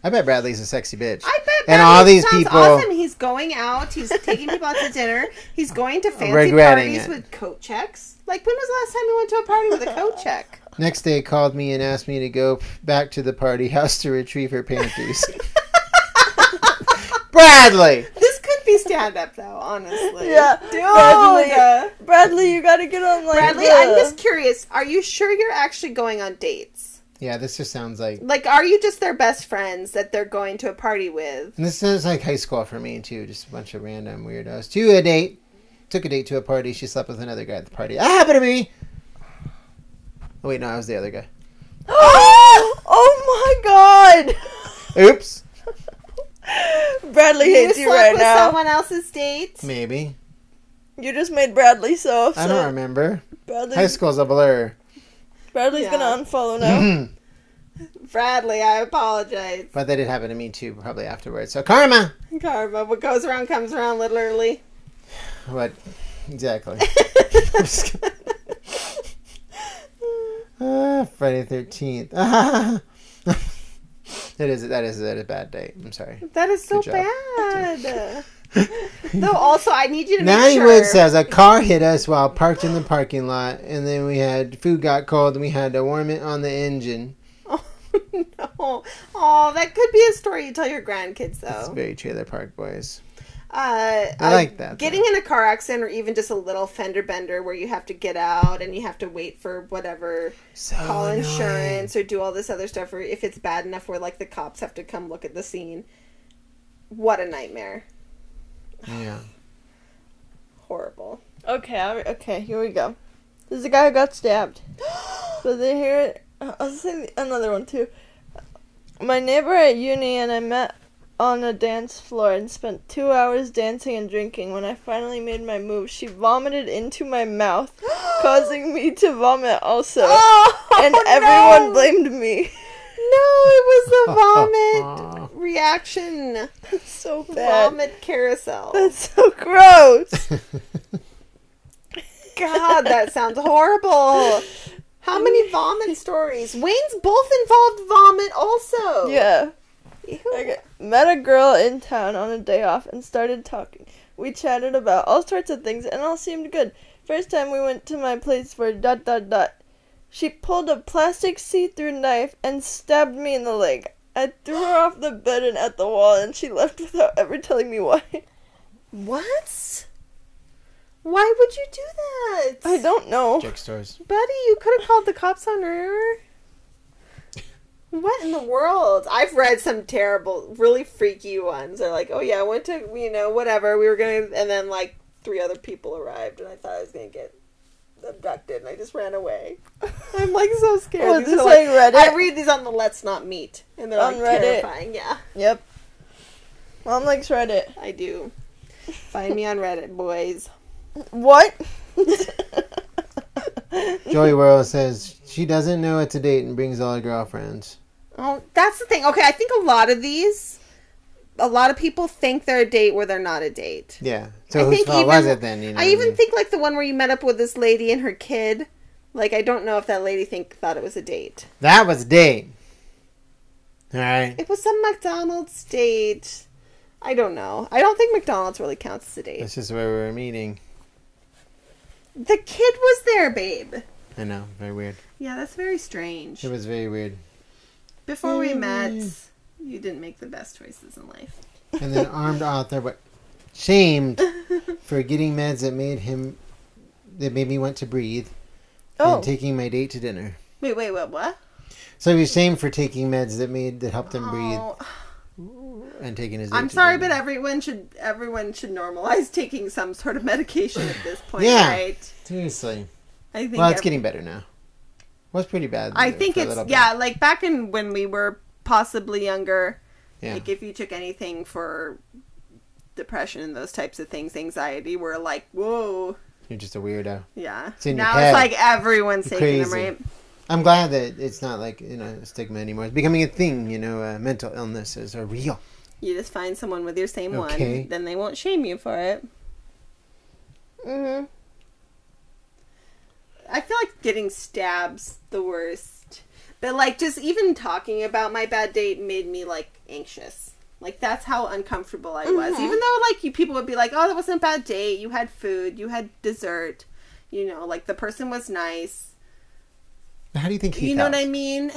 I bet Bradley's a sexy bitch. I bet. And Bradley all these sounds people- Awesome. He's going out. He's taking people out to dinner. He's going to fancy Regretting parties it. with coat checks. Like when was the last time you went to a party with a coat check? Next day, called me and asked me to go back to the party house to retrieve her panties. Bradley, This could be stand up though, honestly. Yeah, dude. Bradley. Bradley, you gotta get on like Bradley, the- I'm just curious. Are you sure you're actually going on dates? yeah, this just sounds like Like, are you just their best friends that they're going to a party with? and this sounds like high school for me too. Just a bunch of random weirdos. To a date, took a date to a party. She slept with another guy at the party. That happened to me. Oh wait, no, I was the other guy. Oh, oh my Oops. god! Bradley hates you right with now. someone else's date. Maybe You just made Bradley so I upset. don't remember. Bradley, High school's a blur. Bradley's Yeah. gonna unfollow now. Bradley, I apologize. but that did happen to me too, probably afterwards. So karma. Karma, what goes around comes around, literally. What? Exactly. Uh, Friday thirteenth. that is that is that is a bad date. I'm sorry. That is so Good job. bad. Though, also, I need you to make Nannywood sure. says a car hit us while parked in the parking lot, and then we had food got cold, and we had to warm it on the engine. oh, no. Oh, that could be a story you tell your grandkids, It's though. very Trailer Park Boys. Uh, I uh, like that, Getting in a car accident or even just a little fender bender where you have to get out and you have to wait for whatever, So call annoying. insurance or do all this other stuff, or if it's bad enough where like the cops have to come look at the scene. What a nightmare. Yeah. Horrible. Mm-hmm. Okay, I, okay, here we go. There's a guy who got stabbed. but they hear it. I'll send another one too. My neighbor at uni and I met on a dance floor and spent two hours dancing and drinking. When I finally made my move, she vomited into my mouth, causing me to vomit also. Oh, and everyone blamed me. No, it was the vomit reaction. That's so bad. Vomit carousel. That's so gross. God, that sounds horrible. How many vomit stories? Wayne's both involved vomit also. yeah. Ew. Okay. Met a girl in town on a day off and started talking. We chatted about all sorts of things and all seemed good. First time we went to my place for dot dot dot. She pulled a plastic see through knife and stabbed me in the leg. I threw her off the bed and at the wall and she left without ever telling me why. What? Why would you do that? I don't know. Joke stores. Buddy, you could have called the cops on her. What in the world? I've read some terrible, really freaky ones. They're like, oh yeah, I went to, you know, whatever. We were going to, and then like three other people arrived, and I thought I was going to get abducted, and I just ran away. I'm like so scared. Was These this are, like Reddit? I read these on the Let's Not Meet, and they're On like Reddit. terrifying. Yeah, Yep. Mom likes Reddit. I do. Find me on Reddit, boys. What? Joey World says she doesn't know it's a date and brings all her girlfriends. Oh, that's the thing. Okay, I think a lot of these, a lot of people think they're a date where they're not a date. Yeah. I So whose think fault even- was it then? You know. I what even mean? think like the one where you met up with this lady and her kid. Like I don't know if that lady think thought it was a date. that was a date. All right. It was some McDonald's date. I don't know. I don't think McDonald's really counts as a date. This is where we were meeting. The kid was there, babe. I know. Very weird. Yeah, that's very strange. It was very weird. Before we met, you didn't make the best choices in life. and then armed author but shamed for getting meds that made him that made me want to breathe oh. and taking my date to dinner. Wait, wait, what? What? So he was shamed for taking meds that made that helped him Oh. breathe and taking his. Date I'm to sorry, but dinner. everyone should everyone should normalize taking some sort of medication at this point, Yeah. right? seriously, I think. well, it's ev- getting better now. Was pretty bad. I for think a it's little bit. yeah, like back in when we were possibly younger. Yeah. Like if you took anything for depression and those types of things, anxiety, we're like, whoa, You're just a weirdo. Yeah. in your now head. it's like everyone's taking them, Crazy. right? I'm glad that it's not like you know a stigma anymore. It's becoming a thing. You know, uh, mental illnesses are real. You just find someone with your same Okay. one, then they won't shame you for it. Mm-hmm. I feel like getting stabs the worst. But like just even talking about my bad date made me like anxious. Like that's how uncomfortable I was. Mm-hmm. Mhm. Even though like you people would be like, "Oh, that wasn't a bad date. You had food, you had dessert. You know, like the person was nice." How do you think he? you know felt? what I mean?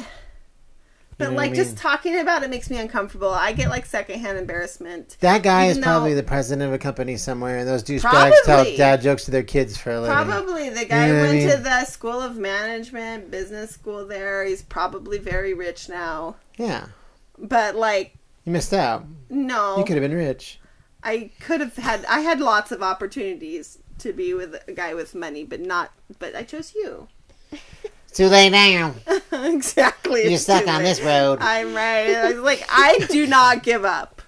But know what I like just mean? talking about it makes me uncomfortable. I get like secondhand embarrassment. That guy Even is probably though- the president of a company somewhere, and those douchebags tell Probably. dad jokes to their kids for a living. Probably the guy uh, know what I went to mean? the school of management, business school there. He's probably very rich now. Yeah, But like you missed out. no. You could have been rich. I could have had I had lots of opportunities to be with a guy with money, but not but I chose you. It's too late now. exactly. You're it's stuck too on late. this road. I'm right. I was like I do not give up.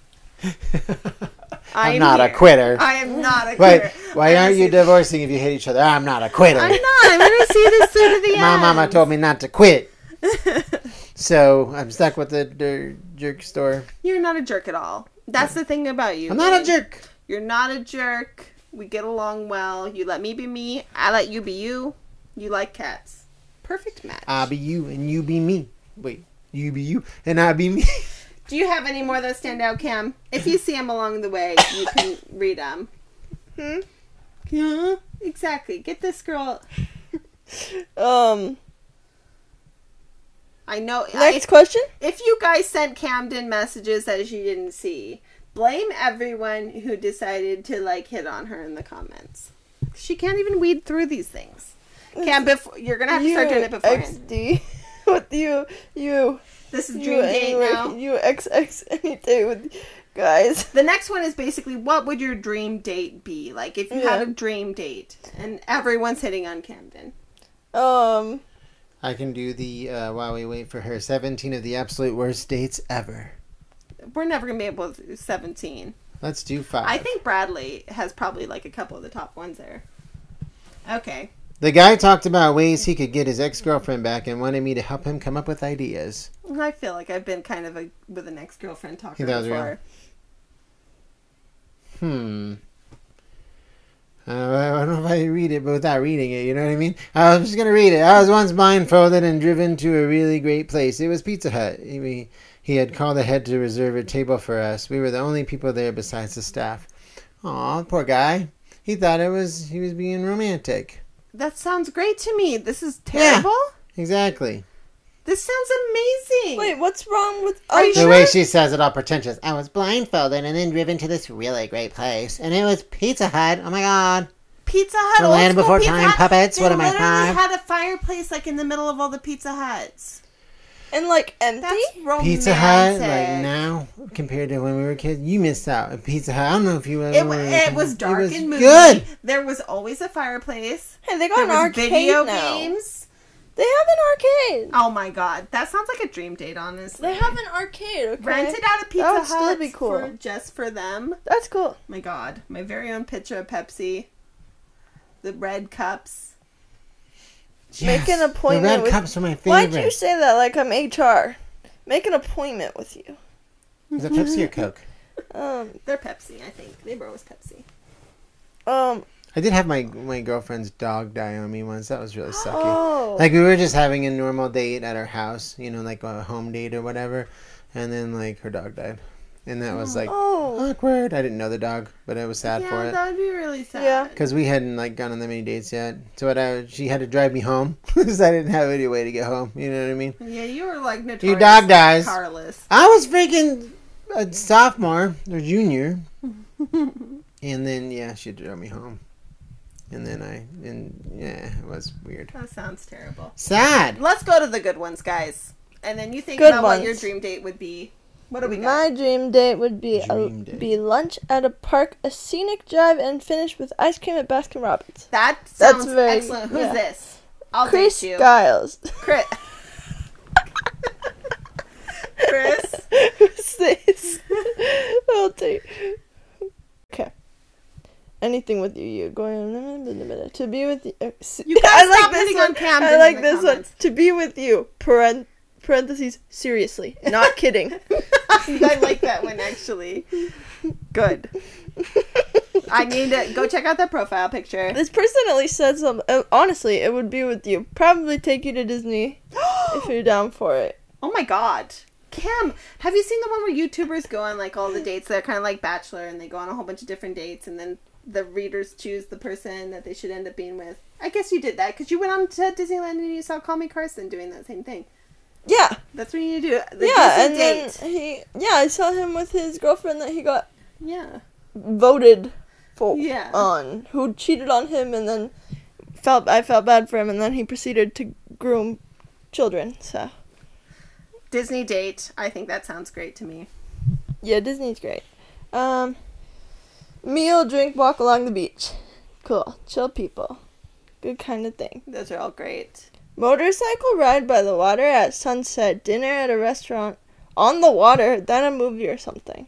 I I'm am not a here. quitter. I am not a Wait, quitter. why I'm aren't you gonna see- divorcing if you hate each other? I'm not a quitter. I'm not. I'm going to see this through to the end. My mama told me not to quit, so I'm stuck with the der- jerk store. You're not a jerk at all. That's the thing about you. I'm not a Wayne. jerk. You're not a jerk. We get along well. You let me be me. I let you be you. You like cats. Perfect match. I be you and you be me. Wait, you be you and I be me. Do you have any more that stand out, Cam? If you see them along the way, you can read them. Hmm? Yeah, exactly. Get this girl. Um. I know. Next If, question. if you guys sent Camden messages that she didn't see, blame everyone who decided to like hit on her in the comments. She can't even weed through these things. Cam, before, you're gonna have to start doing it beforehand. XD. with you, you, This is you, dream date anyway, now. you XX any day with guys. The next one is basically what would your dream date be? Like if you Yeah. had a dream date and everyone's hitting on Camden. Um. I can do the uh, while we wait for her. Seventeen of the absolute worst dates ever. We're never gonna be able to do seventeen. Let's do five. I think Bradley has probably like a couple of the top ones there. Okay. the guy talked about ways he could get his ex girlfriend back and wanted me to help him come up with ideas. I feel like I've been kind of a with an ex girlfriend talker Think that was real. before. Hmm. Uh, I don't know if I read it, but without reading it, you know what I mean? I was just gonna read it. I was once blindfolded and driven to a really great place. It was Pizza Hut. He- We, he had called ahead to reserve a table for us. We were the only people there besides the staff. Aw, poor guy. He thought it was he was being romantic. That sounds great to me. This is terrible. Exactly. This sounds amazing. Wait, what's wrong with? Are you The sure? way she says it, all pretentious. I was blindfolded and then driven to this really great place, and it was Pizza Hut. Oh my god. Pizza Hut. The old Land school Before Pizza Time Hut. puppets, They what am I, literally five? had a fireplace like in the middle of all the Pizza Huts. And like empty. That's romantic. Pizza Hut, like now compared to when we were kids, you missed out. on Pizza Hut, I don't know if you It, ever. wa- were- it was dark was and moody. Good. There was always a fireplace. Hey, they got There an was arcade video now. games. They have an arcade. Oh my god, that sounds like a dream date, honestly. They have an arcade. Okay. rented out a Pizza That would Hut still be cool. for just for them. That's cool. My god, my very own picture of Pepsi, the red cups. Make an The appointment red with- cups were my Why'd favorite. you say that? Like I'm HR. Make an appointment with you. Is it Pepsi or Coke? Um. They're Pepsi, I think. They were always Pepsi. Um. I did have my my girlfriend's dog die on me once. That was really sucky. Oh. Like we were just having a normal date at our house, you know, like a home date or whatever, and then like her dog died, and that was like oh. awkward. I didn't know the dog, but I was sad yeah, for it. that would be really sad. Yeah. because we hadn't like gone on that many dates yet, so what I she had to drive me home because I didn't have any way to get home. You know what I mean? Yeah, you were like notorious. Your dog dies. Carless. I was freaking a sophomore or junior, and then yeah, she drove me home, and then I and yeah, it was weird, That sounds terrible. sad. Let's go to the good ones, guys. And then you think Good about what your ones. dream date would be. What do we got? My dream date would be a, Dream date. be lunch at a park, a scenic drive, and finish with ice cream at Baskin Robbins. That sounds very- excellent. Who's yeah. this? I'll Chris date you. Giles. Chris. Chris. Who's this? I'll take. Okay. anything with you, you going to be with you. uh, s- You guys I like stop this hitting one. on Camden I in like the this comments. one. To be with you. Paren- parentheses. Seriously, not kidding. I like that one actually. Good. I need to go check out that profile picture. This person at least said some. Uh, honestly, it would be with you. Probably take you to Disney if you're down for it. Oh my god. Kim, have you seen the one where YouTubers go on like all the dates? They're kind of like Bachelor and they go on a whole bunch of different dates and then the readers choose the person that they should end up being with. I guess you did that because you went on to Disneyland and you saw Call Me Carson doing that same thing. Yeah, That's what you need to do. The yeah, and Disney date. then he. Yeah, I saw him with his girlfriend that he got Yeah. voted for Yeah. on, who cheated on him, and then felt I felt bad for him, and then he proceeded to groom children. So Disney date. I think that sounds great to me. yeah, Disney's great. Um, meal, drink, walk along the beach. Cool, chill people. Good kind of thing. Those are all great. Motorcycle ride by the water at sunset, dinner at a restaurant, on the water, then a movie or something.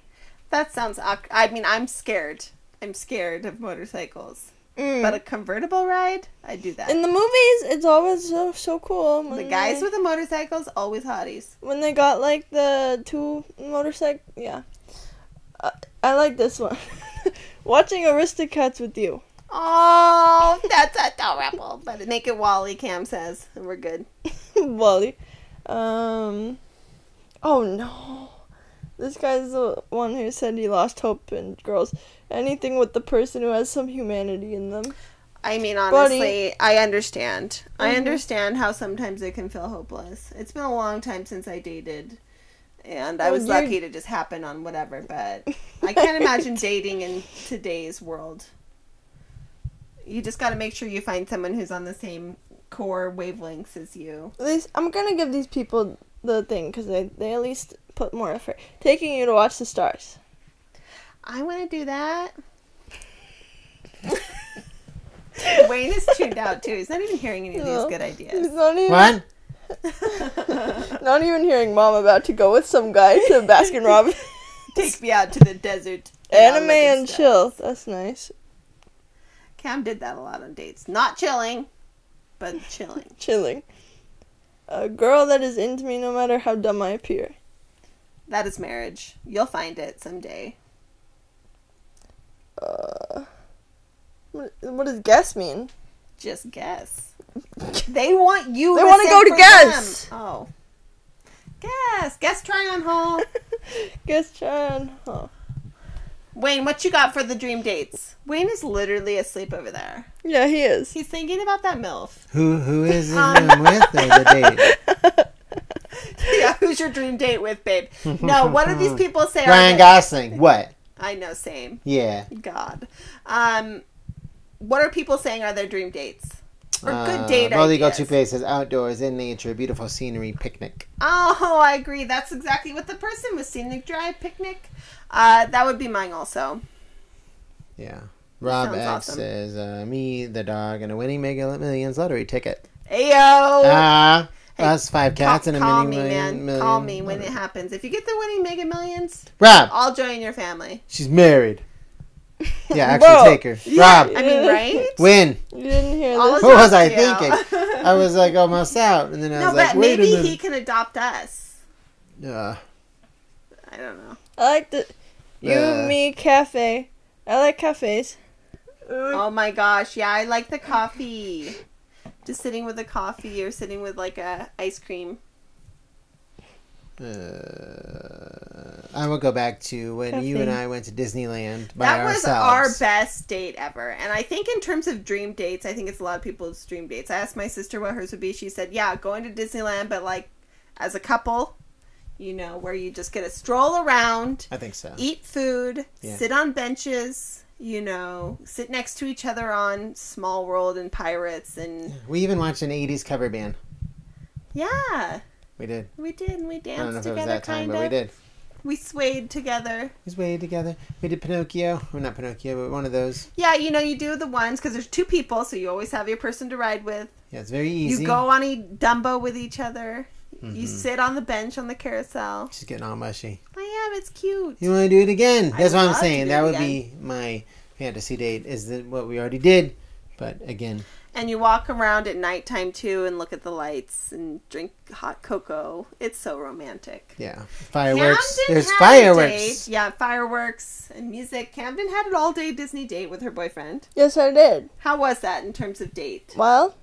That sounds. awk- I mean, I'm scared. I'm scared of motorcycles. Mm. But a convertible ride, I do that. in the movies, it's always so, so cool. the when guys they- with the motorcycles always hotties. when they got like the two motorcycle. Yeah, uh, I like this one. Watching Aristocats with you. Oh, that's adorable. But naked Wally Cam says, and we're good. Wally. Um. Oh no. This guy's the one who said he lost hope in girls. Anything with the person who has some humanity in them. I mean, Buddy. honestly, I understand. I Mhm. understand how sometimes it can feel hopeless. It's been a long time since I dated, and I Well, was you're- lucky to just happen on whatever. But I can't imagine dating in today's world. You just got to make sure you find someone who's on the same core wavelengths as you. At least I'm gonna give these people the thing because they they at least put more effort. Taking you to watch the stars. I want to do that. Wayne is tuned out too. He's not even hearing any of these No. good He's ideas. not even What? not even hearing mom about to go with some guy to Baskin Robbins. Take me out to the desert. I'll Anime look at and stuff. chill. That's nice. Cam did that a lot on dates. Not chilling, but chilling. Chilling. A girl that is into me no matter how dumb I appear. That is marriage. You'll find it someday. Uh, what, what does guess mean? Just guess. They want you. They to wanna send go to for Guess. them. Oh, guess. Guess try on haul. guess John. Huh. Wayne, what you got for the dream dates? Wayne is literally asleep over there. Yeah, he is. He's thinking about that MILF. Who who is it Um. I'm with or the date? yeah, who's your dream date with, babe? No, what do these people say? are Ryan they- Gosling. What? I know, same. Yeah. God. Um, what are people saying are their dream dates? Or good Uh, date Molly go ideas? two places: outdoors, in nature, beautiful scenery, picnic. Oh, I agree. That's exactly what the person was. Scenic drive, picnic. Uh, that would be mine also. Yeah. Rob Sounds X awesome. says, uh, "Me, the dog, and a winning Mega Millions lottery ticket. Ayo! Uh, Ah, Oh. Hey, us five cats Ca- and a call winning me, man. million, million Call me when it lottery. happens. If you get the winning Mega Millions, Rob, I'll join your family. she's married. Yeah, actually, Bro. take her. Rob, I mean, right? win. You didn't hear All this. is What up was I to you. thinking? I was like almost out, and then I no, was like, but "Wait maybe a he minute." can adopt us. Uh, I don't know. I like the you Uh. me cafe. I like cafes. Oh my gosh, yeah, I like the coffee. Just sitting with a coffee or sitting with like a ice cream. uh, I will go back to when you and Caffeine. I went to Disneyland by That was our ourselves. best date ever. And I think in terms of dream dates, I think it's a lot of people's dream dates. I asked my sister what hers would be. She said, "Yeah, going to Disneyland, but like as a couple, you know, where you just get a stroll around, I think so. eat food, Yeah. sit on benches, you know, sit next to each other on Small World and Pirates and We even watched an '80s cover band. yeah, We did. we did. And we I don't know danced if it was together that time, kind but we of. did. We swayed together. We swayed together. We did Pinocchio. Or not Pinocchio, but one of those. Yeah, you know, you do the ones because there's two people, so you always have your person to ride with. Yeah, it's very easy. Mm-hmm. You go on a Dumbo with each other. You sit on the bench on the carousel. She's getting all mushy. I am. It's cute. You want to do it again? That's what I'm love to saying. do That it would be my fantasy date is the, what we already did. But again, And you walk around at nighttime too and look at the lights and drink hot cocoa. It's so romantic. yeah, fireworks. Camden There's had a fireworks. date- Yeah, fireworks and music. Camden had an all day Disney date with her boyfriend. Yes, I did. How was that in terms of date? Well,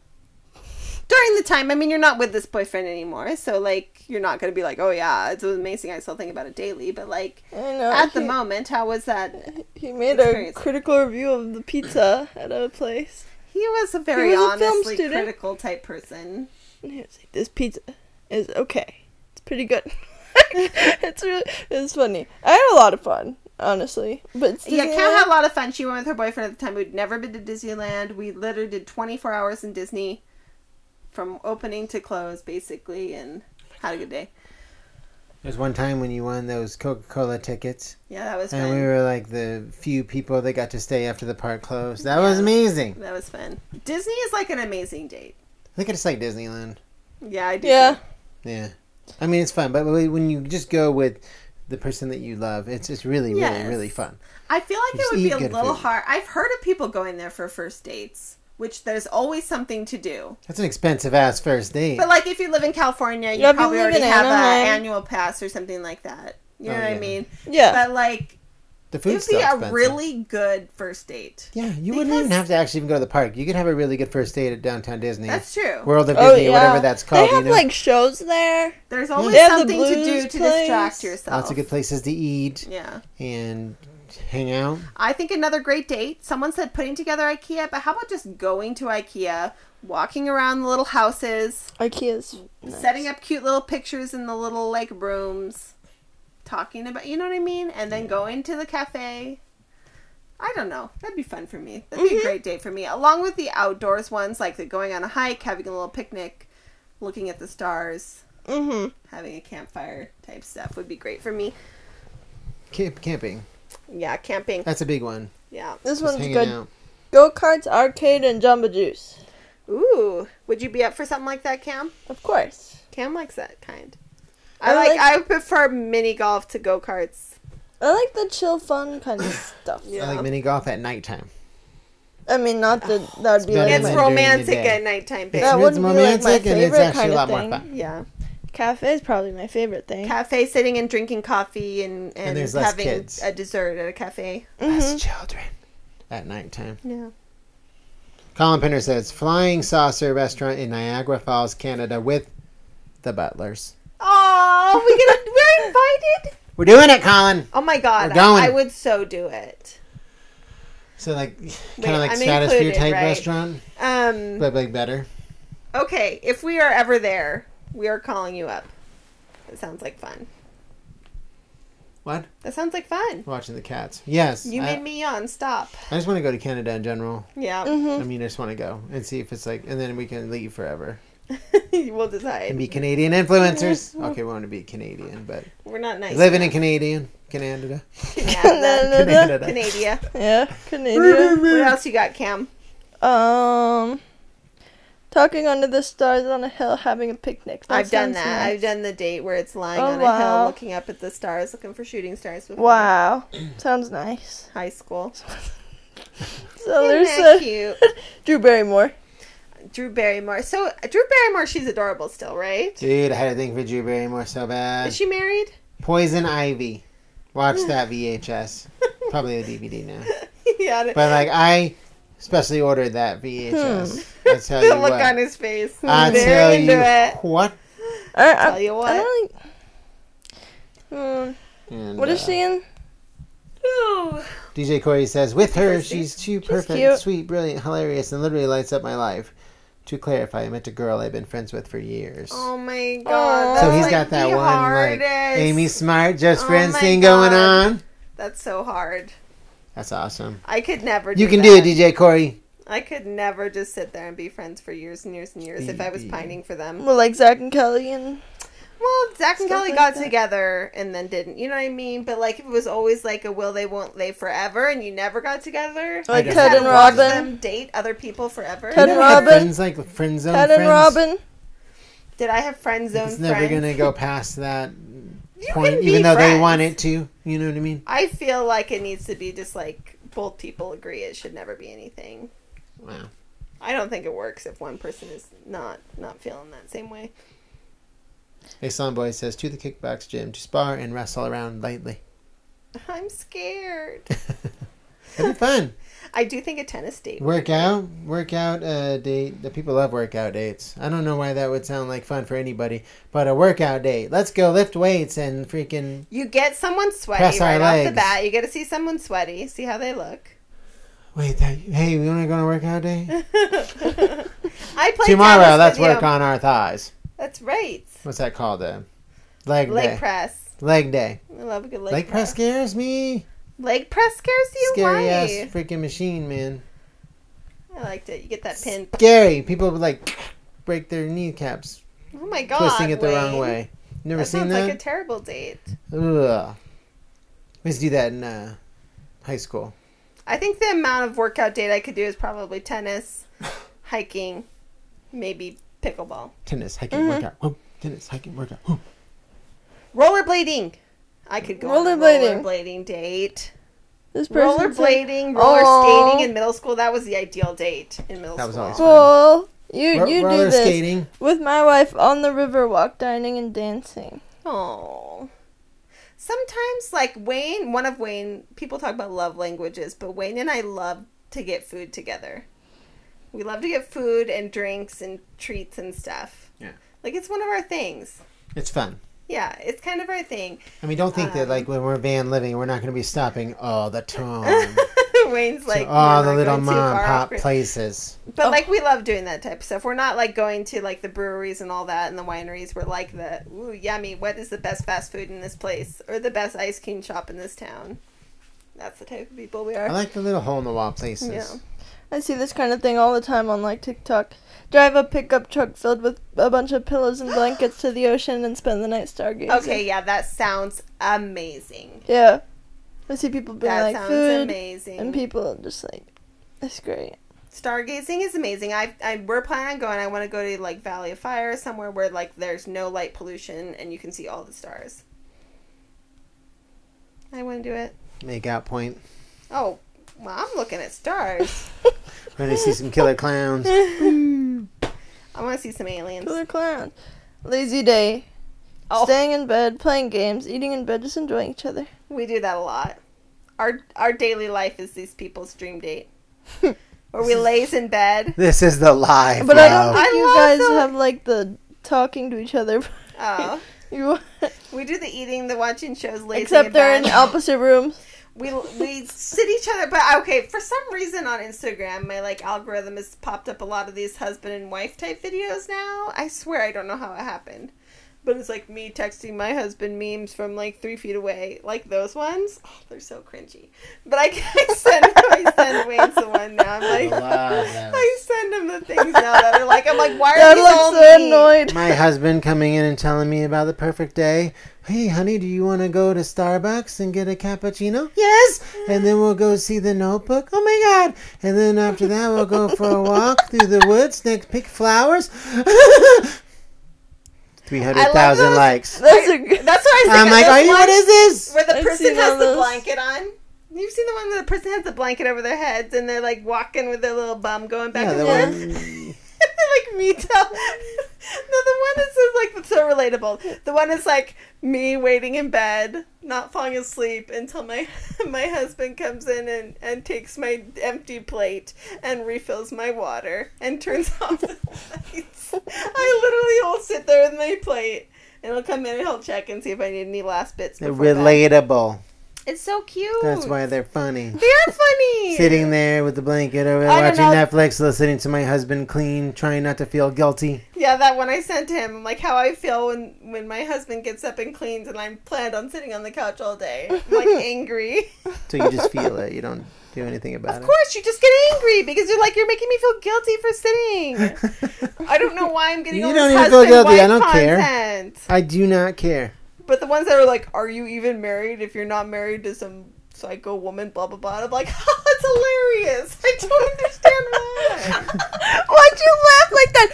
During the time, I mean, you're not with this boyfriend anymore, so like, you're not going to be like, oh yeah, it's amazing. I still think about it daily, but like, I Oh, know. at the he- moment, how was that? He made experience. a critical review of the pizza at a place. He was a very was a film honestly student. critical type person. And he was like, "This pizza is okay. It's pretty good. it's really, it's funny. I had a lot of fun, honestly. But it's Yeah, Kat had Disneyland. a lot of fun. She went with her boyfriend at the time who'd never been to Disneyland. We literally did 24 hours in Disney from opening to close, basically, and had a good day. There's one time when you won those Coca-Cola tickets, Yeah, that was and fun. we were like the few people that got to stay after the park closed. That Yeah. was amazing. That was fun. Disney is like an amazing date. I think it's like Disneyland. Yeah, I do. yeah, too. Yeah, I mean it's fun, but when you just go with the person that you love, it's it's really really Yes. really fun. I feel like Just it would be eat a good little food. hard. I've heard of people going there for first dates, which there's always something to do. That's an expensive ass first date. But like if you live in California, you Yeah, if you probably live already in have an Anaheim. annual pass or something like that. You know Oh, what I yeah. mean? yeah. But like, the it food's would be still a expensive. really good first date. yeah, you wouldn't because- even have to actually even go to the park. You could have a really good first date at Downtown Disney, That's true. World of Oh, Disney, yeah. whatever that's called. They have you know, like shows there. There's always They have the something to do blues to place. distract yourself. lots of good places to eat Yeah. and hang out. I think another great date. Someone said putting together IKEA, but how about just going to IKEA, walking around the little houses, IKEA's nice. setting up cute little pictures in the little like rooms, talking about you know what I mean, and then going to the cafe. I don't know. That'd be fun for me. That'd Mm-hmm. be a great date for me. Along with the outdoors ones, like the going on a hike, having a little picnic, looking at the stars, Mm-hmm. having a campfire type stuff would be great for me. Camp- camping. Yeah, camping. That's a big one. Yeah. This Just one's hanging good. out. Go karts, arcade, and Jamba Juice. Ooh. Would you be up for something like that, Cam? Of course. Cam likes that kind. I I like, like- I prefer mini golf to go karts. I like the chill, fun kind of stuff. Yeah. I like mini golf at nighttime. I mean, not that that would be better like It's my, than during the romantic day. at nighttime, babe. It's, That it's would be, like, my romantic and it's favorite actually kind a of lot thing. more fun. Yeah. cafe is probably my favorite thing. Cafe sitting and drinking coffee and, and, there's less having kids. a dessert at a cafe. Mm-hmm. Us children at nighttime. Yeah. Colin Pinter says Flying Saucer Restaurant in Niagara Falls, Canada with the Butlers. Oh, we gonna we're invited. We're doing it, Colin. Oh my god, We're going. I would so do it. So like kind Wait, of like I'm stratosphere included, type right? restaurant, Um. but like better. okay, if we are ever there, we are calling you up. That sounds like fun. What? That sounds like fun. Watching the cats. Yes. You I, made me yawn. Stop. I just want to go to Canada in general. Yeah. Mm-hmm. I mean, I just want to go and see if it's like, and then we can leave forever we'll and decide. Mm-hmm. be Canadian influencers. Okay, we want to be Canadian, but We're not nice. living in Canadian, Canada, Canada. Canada. Canada. Yeah, Canadian. What else you got, Cam? Um, talking under the stars on a hill, having a picnic. I've done sounds that. nice. I've done the date where it's lying Oh, on a hill wow. looking up at the stars, looking for shooting stars before Wow, sounds nice. high school. So Isn't that there's a, cute? Drew Barrymore. Drew Barrymore. So uh, Drew Barrymore, she's adorable still, right? Dude, I had a thing for Drew Barrymore so bad. Is she married? Poison Ivy. Watch that VHS. Probably the DVD now. yeah. But like, I specially ordered that VHS. I tell the you look what. on his face. I Very tell into you it. what. I, I, Tell you I don't like. Hmm, And, what is uh, she in? Ooh. DJ Corey says, with her, Thirsty. she's too perfect, cute. sweet, brilliant, hilarious, and literally lights up my life. To clarify, I meant a girl I've been friends with for years. Oh my god. Aw. so that's he's like got that the one, hardest. like, Amy Smart, just Oh friends my thing God. going on. That's so hard. That's awesome. I could never. You can that. do it, DJ Corey. I could never just sit there and be friends for years and years and years if I was Baby. pining for them. Well, like Zach and Kelly and Well, Zach and Stuff Kelly like got that. together and then didn't. You know what I mean? But like, if it was always like a will they, won't they forever, and you never got together. I like don't Ted know. Gotta and watch Robin. them date other people forever. Ted and You never had Robin. Friends like friend zone Ted and friends. Robin. Did I have friend zone It's never friends? gonna go past that You point, can be even though they friends. want it to. You know what I mean? I feel like it needs to be just like both people agree it should never be anything. Wow. I don't think it works if one person is not not feeling that same way. Hey, Slum Boy says to the kickbox gym to spar and wrestle around lightly. I'm scared. It'd be fun. I do think a tennis date. would be great. Workout, workout uh, date. The people love workout dates. I don't know why that would sound like fun for anybody, but a workout date. Let's go lift weights and freaking. You get someone sweaty Press our right off legs. the bat. You get to see someone sweaty, see how they look. Wait, that, hey, we want to go on a workout day I play tomorrow. tennis Let's with work you. on our thighs. That's right. What's that called? Uh, leg Leg day. press. leg day. I love a good leg, Leg, press scares me. Leg press scares you. Scary Why? ass freaking machine, man. I liked it. You get that pin. Scary. People would like break their kneecaps Oh my god. twisting it the wrong Wayne. way. Never That seen sounds that. like a terrible date. Ugh. We used to do that in uh, high school. I think the amount of workout date I could do is probably tennis, hiking, maybe pickleball, Tennis, hiking, Mm-hmm. workout. Whoop. Tennis, hiking, workout. Whoop. rollerblading. I could go on a Rollerblading. rollerblading date. This person said, Rollerblading, roller Aw. skating in middle school. That was the ideal date in middle That was school. "Well, always you Ro- you roller do this skating. with my wife on the river walk, dining and dancing." Oh. Sometimes, like Wayne, one of Wayne, people talk about love languages, but Wayne and I love to get food together. We love to get food and drinks and treats and stuff. Yeah. Like, it's one of our things. It's fun. Yeah, it's kind of our thing. I mean, don't think that Um, like when we're van living, we're not going to be stopping all the time, Wayne's like, to all "We're Um, "Ah, the not little going too mom far pop off grid." places. But Oh. like we love doing that type of stuff. We're not like going to like the breweries and all that and the wineries. We're like the ooh yummy. What is the best fast food in this place or the best ice cream shop in this town? That's the type of people we I are. like the little hole in the wall places. Yeah. I see this kind of thing all the time on like TikTok. Drive a pickup truck filled with a bunch of pillows and blankets to the ocean and spend the night stargazing. okay, yeah, that sounds amazing. Yeah. I see people being that like sounds food amazing. and people are just like that's great. Stargazing is amazing. I, I we're planning on going. I want to go to like Valley of Fire somewhere where like there's no light pollution and you can see all the stars. I want to do it. Make out point. Oh, well, I'm looking at stars. We're going to see some killer clowns. I want to see some aliens. Killer clowns. Lazy day. Oh. Staying in bed, playing games, eating in bed, just enjoying each other. We do that a lot. Our our daily life is these people's dream date, where we lays in bed. This is the life. But I don't love. think I you love guys the- have like the talking to each other. Oh, you we do the eating, the watching shows, lays except in they're bed. in opposite rooms. we we sit each other. But okay, for some reason on Instagram, my like algorithm has popped up a lot of these husband and wife type videos now. I swear I don't know how it happened, but it's like me texting my husband memes from like three feet away, like those ones. Oh, they're so cringy. But I, I send I send Wayne the one now. I'm like. I love those. I send him the things now that are like, I'm like, why are Dad these all looks so me? annoyed. My husband coming in and telling me about the perfect day. Hey, honey, do you want to go to Starbucks and get a cappuccino? Yes. And then we'll go see the notebook. Oh my God. And then after that, we'll go for a walk through the woods, next pick flowers. 300,000 those. likes. That's I- a good. That's why I was I'm like, thinking are this you, one what is this? Where the I've person seen has all the those. blanket on. You've seen the one where the person has the blanket over their heads and they're like walking with their little bum going back Yeah, and the forth. one. like me tell. No, the one that says like that's so relatable. The one is like me waiting in bed, not falling asleep until my my husband comes in and and takes my empty plate and refills my water and turns off the lights. I literally will sit there with my plate. And he'll come in and he'll check and see if I need any last bits. They're before bed. relatable. It's so cute. That's why they're funny. they are funny. Sitting there with the blanket over, I don't watching know. Netflix, listening to my husband clean, trying not to feel guilty. Yeah, that one I sent to him. Like how I feel when when my husband gets up and cleans, and I'm planned on sitting on the couch all day, I'm, like angry. So you just feel it. You don't do anything about Of course, you just get angry because you're like you're making me feel guilty for sitting. it. I don't know why I'm getting You all don't this even feel husband guilty. I wife don't care. content. I do not care. But the ones that are like, "Are you even married? If you're not married to some psycho woman, blah blah blah." I'm like, oh, "That's hilarious. I don't understand why." Why'd you laugh like that?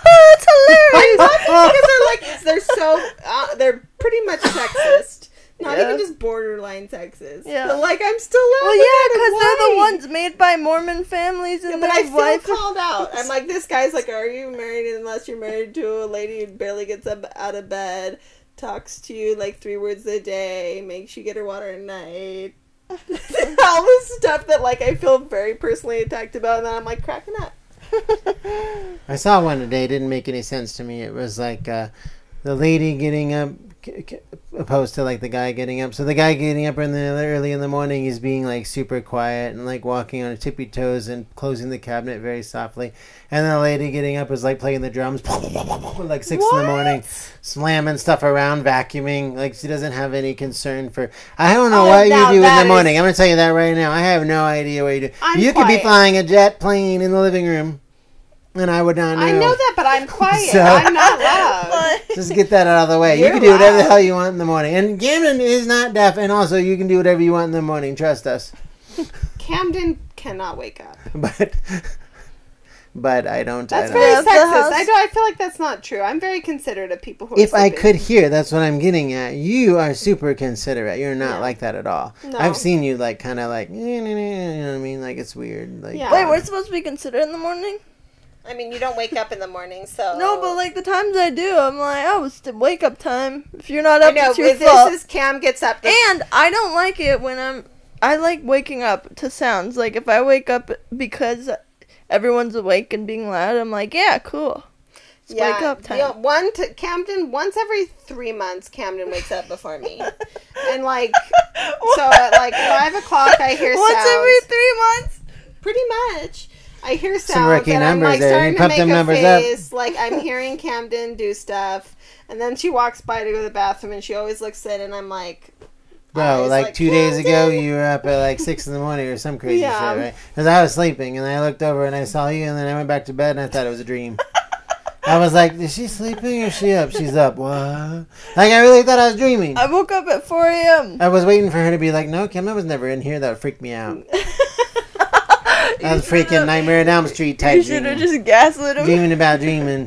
it's hilarious. I love it because they're like they're so uh, they're pretty much sexist. Not Yeah. even just borderline sexist. Yeah. But like I'm still Well, laughing yeah, at it. because they're the Why? ones made by Mormon families and Yeah, but I their still wife. called out. I'm like, this guy's like, are you married unless you're married to a lady who barely gets up out of bed, talks to you like three words a day, makes you get her water at night. All this stuff that like I feel very personally attacked about, and then I'm like cracking up. I saw one today. It didn't make any sense to me. It was like uh, the lady getting up, c- c- opposed to like the guy getting up. So the guy getting up in the early in the morning is being like super quiet and like walking on tippy toes and closing the cabinet very softly. And the lady getting up is like playing the drums, like six in the morning, slamming stuff around, vacuuming. Like she doesn't have any concern for. I don't know Oh, what now you do in that the is- morning. I'm gonna tell you that right now. I have no idea what you do. I'm you could quiet. be flying a jet plane in the living room. And I would not know. I know that, but I'm quiet. So- I'm not loud. But- Just get that out of the way. You're you can do whatever the loud. hell you want in the morning. And Gammon is not deaf, and also you can do whatever you want in the morning. Trust us. Camden cannot wake up. But, but I don't. That's I very don't. Yeah, sexist. the house- I do. I feel like that's not true. I'm very considerate of people who. Are If I sleeping. could hear, that's what I'm getting at. You are super considerate. You're not Yeah. like that at all. No. I've seen you like kind of like, eh, nah, nah, you know what I mean? Like it's weird. Like Yeah. Wait, we're supposed to be considerate in the morning? I mean, you don't wake up in the morning, so No, but like the times I do, I'm like, oh, it's the wake up time. If you're not I up, know. it's your This fault. is Cam gets up. The And I don't like it when I'm. I like waking up to sounds. Like if I wake up because everyone's awake and being loud, I'm like, yeah, cool. It's wake up time. you know, one to Camden once every three months. Camden wakes up before me, and like so at like five o'clock I hear Once sounds. every three months. pretty much. I hear sounds Some rookie and numbers I'm like there. You starting to pump make them a numbers up. face. Like I'm hearing Camden do stuff, and then she walks by to go to the bathroom, and she always looks in, and I'm like, Bro, Eyes like, like two days ago, Camden. you were up at like six in the morning or some crazy Yeah. shit, right? Because I was sleeping and I looked over and I saw you and then I went back to bed and I thought it was a dream. I was like, is she sleeping or is she up? She's up. What? Like, I really thought I was dreaming. I woke up at 4 a.m. I was waiting for her to be like, no, Kim, I was never in here. That would freak me out. That was freaking Nightmare on Elm Street You type should have dreaming. just gaslit him. Dreaming about dreaming.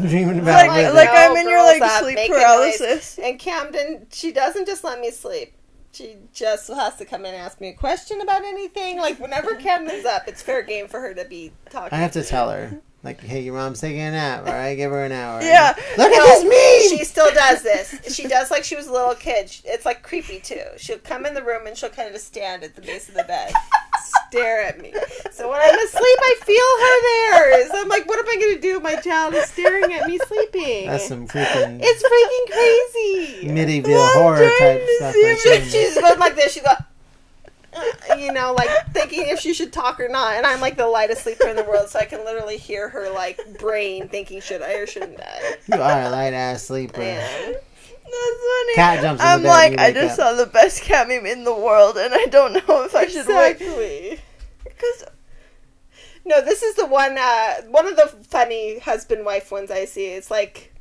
dreaming about Like, Like, like, like no, I'm in your girls like up, sleep make a noise. paralysis. And Camden, she doesn't just let me sleep. She just has to come in and ask me a question about anything. Like whenever Camden's up, it's fair game for her to be talking. I have to tell her. Like, hey, your mom's taking a nap. All right, give her an hour. Yeah. Look No, at this me. She still does this. She does like she was a little kid. She- It's like creepy too. She'll come in the room and she'll kind of just stand at the base of the bed, stare at me. So when I'm asleep, I feel her there. So I'm like, what am I gonna do? My child is staring at me sleeping. That's some freaking it's freaking crazy. medieval Well, I'm horror trying type to stuff. see Like if She- that. she's going like this. She's like, uh, you know, like thinking if she should talk or not. And I'm like the lightest sleeper in the world, so I can literally hear her like brain thinking, should I or shouldn't I? You are a light ass sleeper. I am. That's funny. Cat jumps in the I'm bed like, and you I wake just up. saw the best cat meme in the world, and I don't know if I should wait. Exactly. Because No, this is the one. Uh, one of the funny husband-wife ones I see. It's like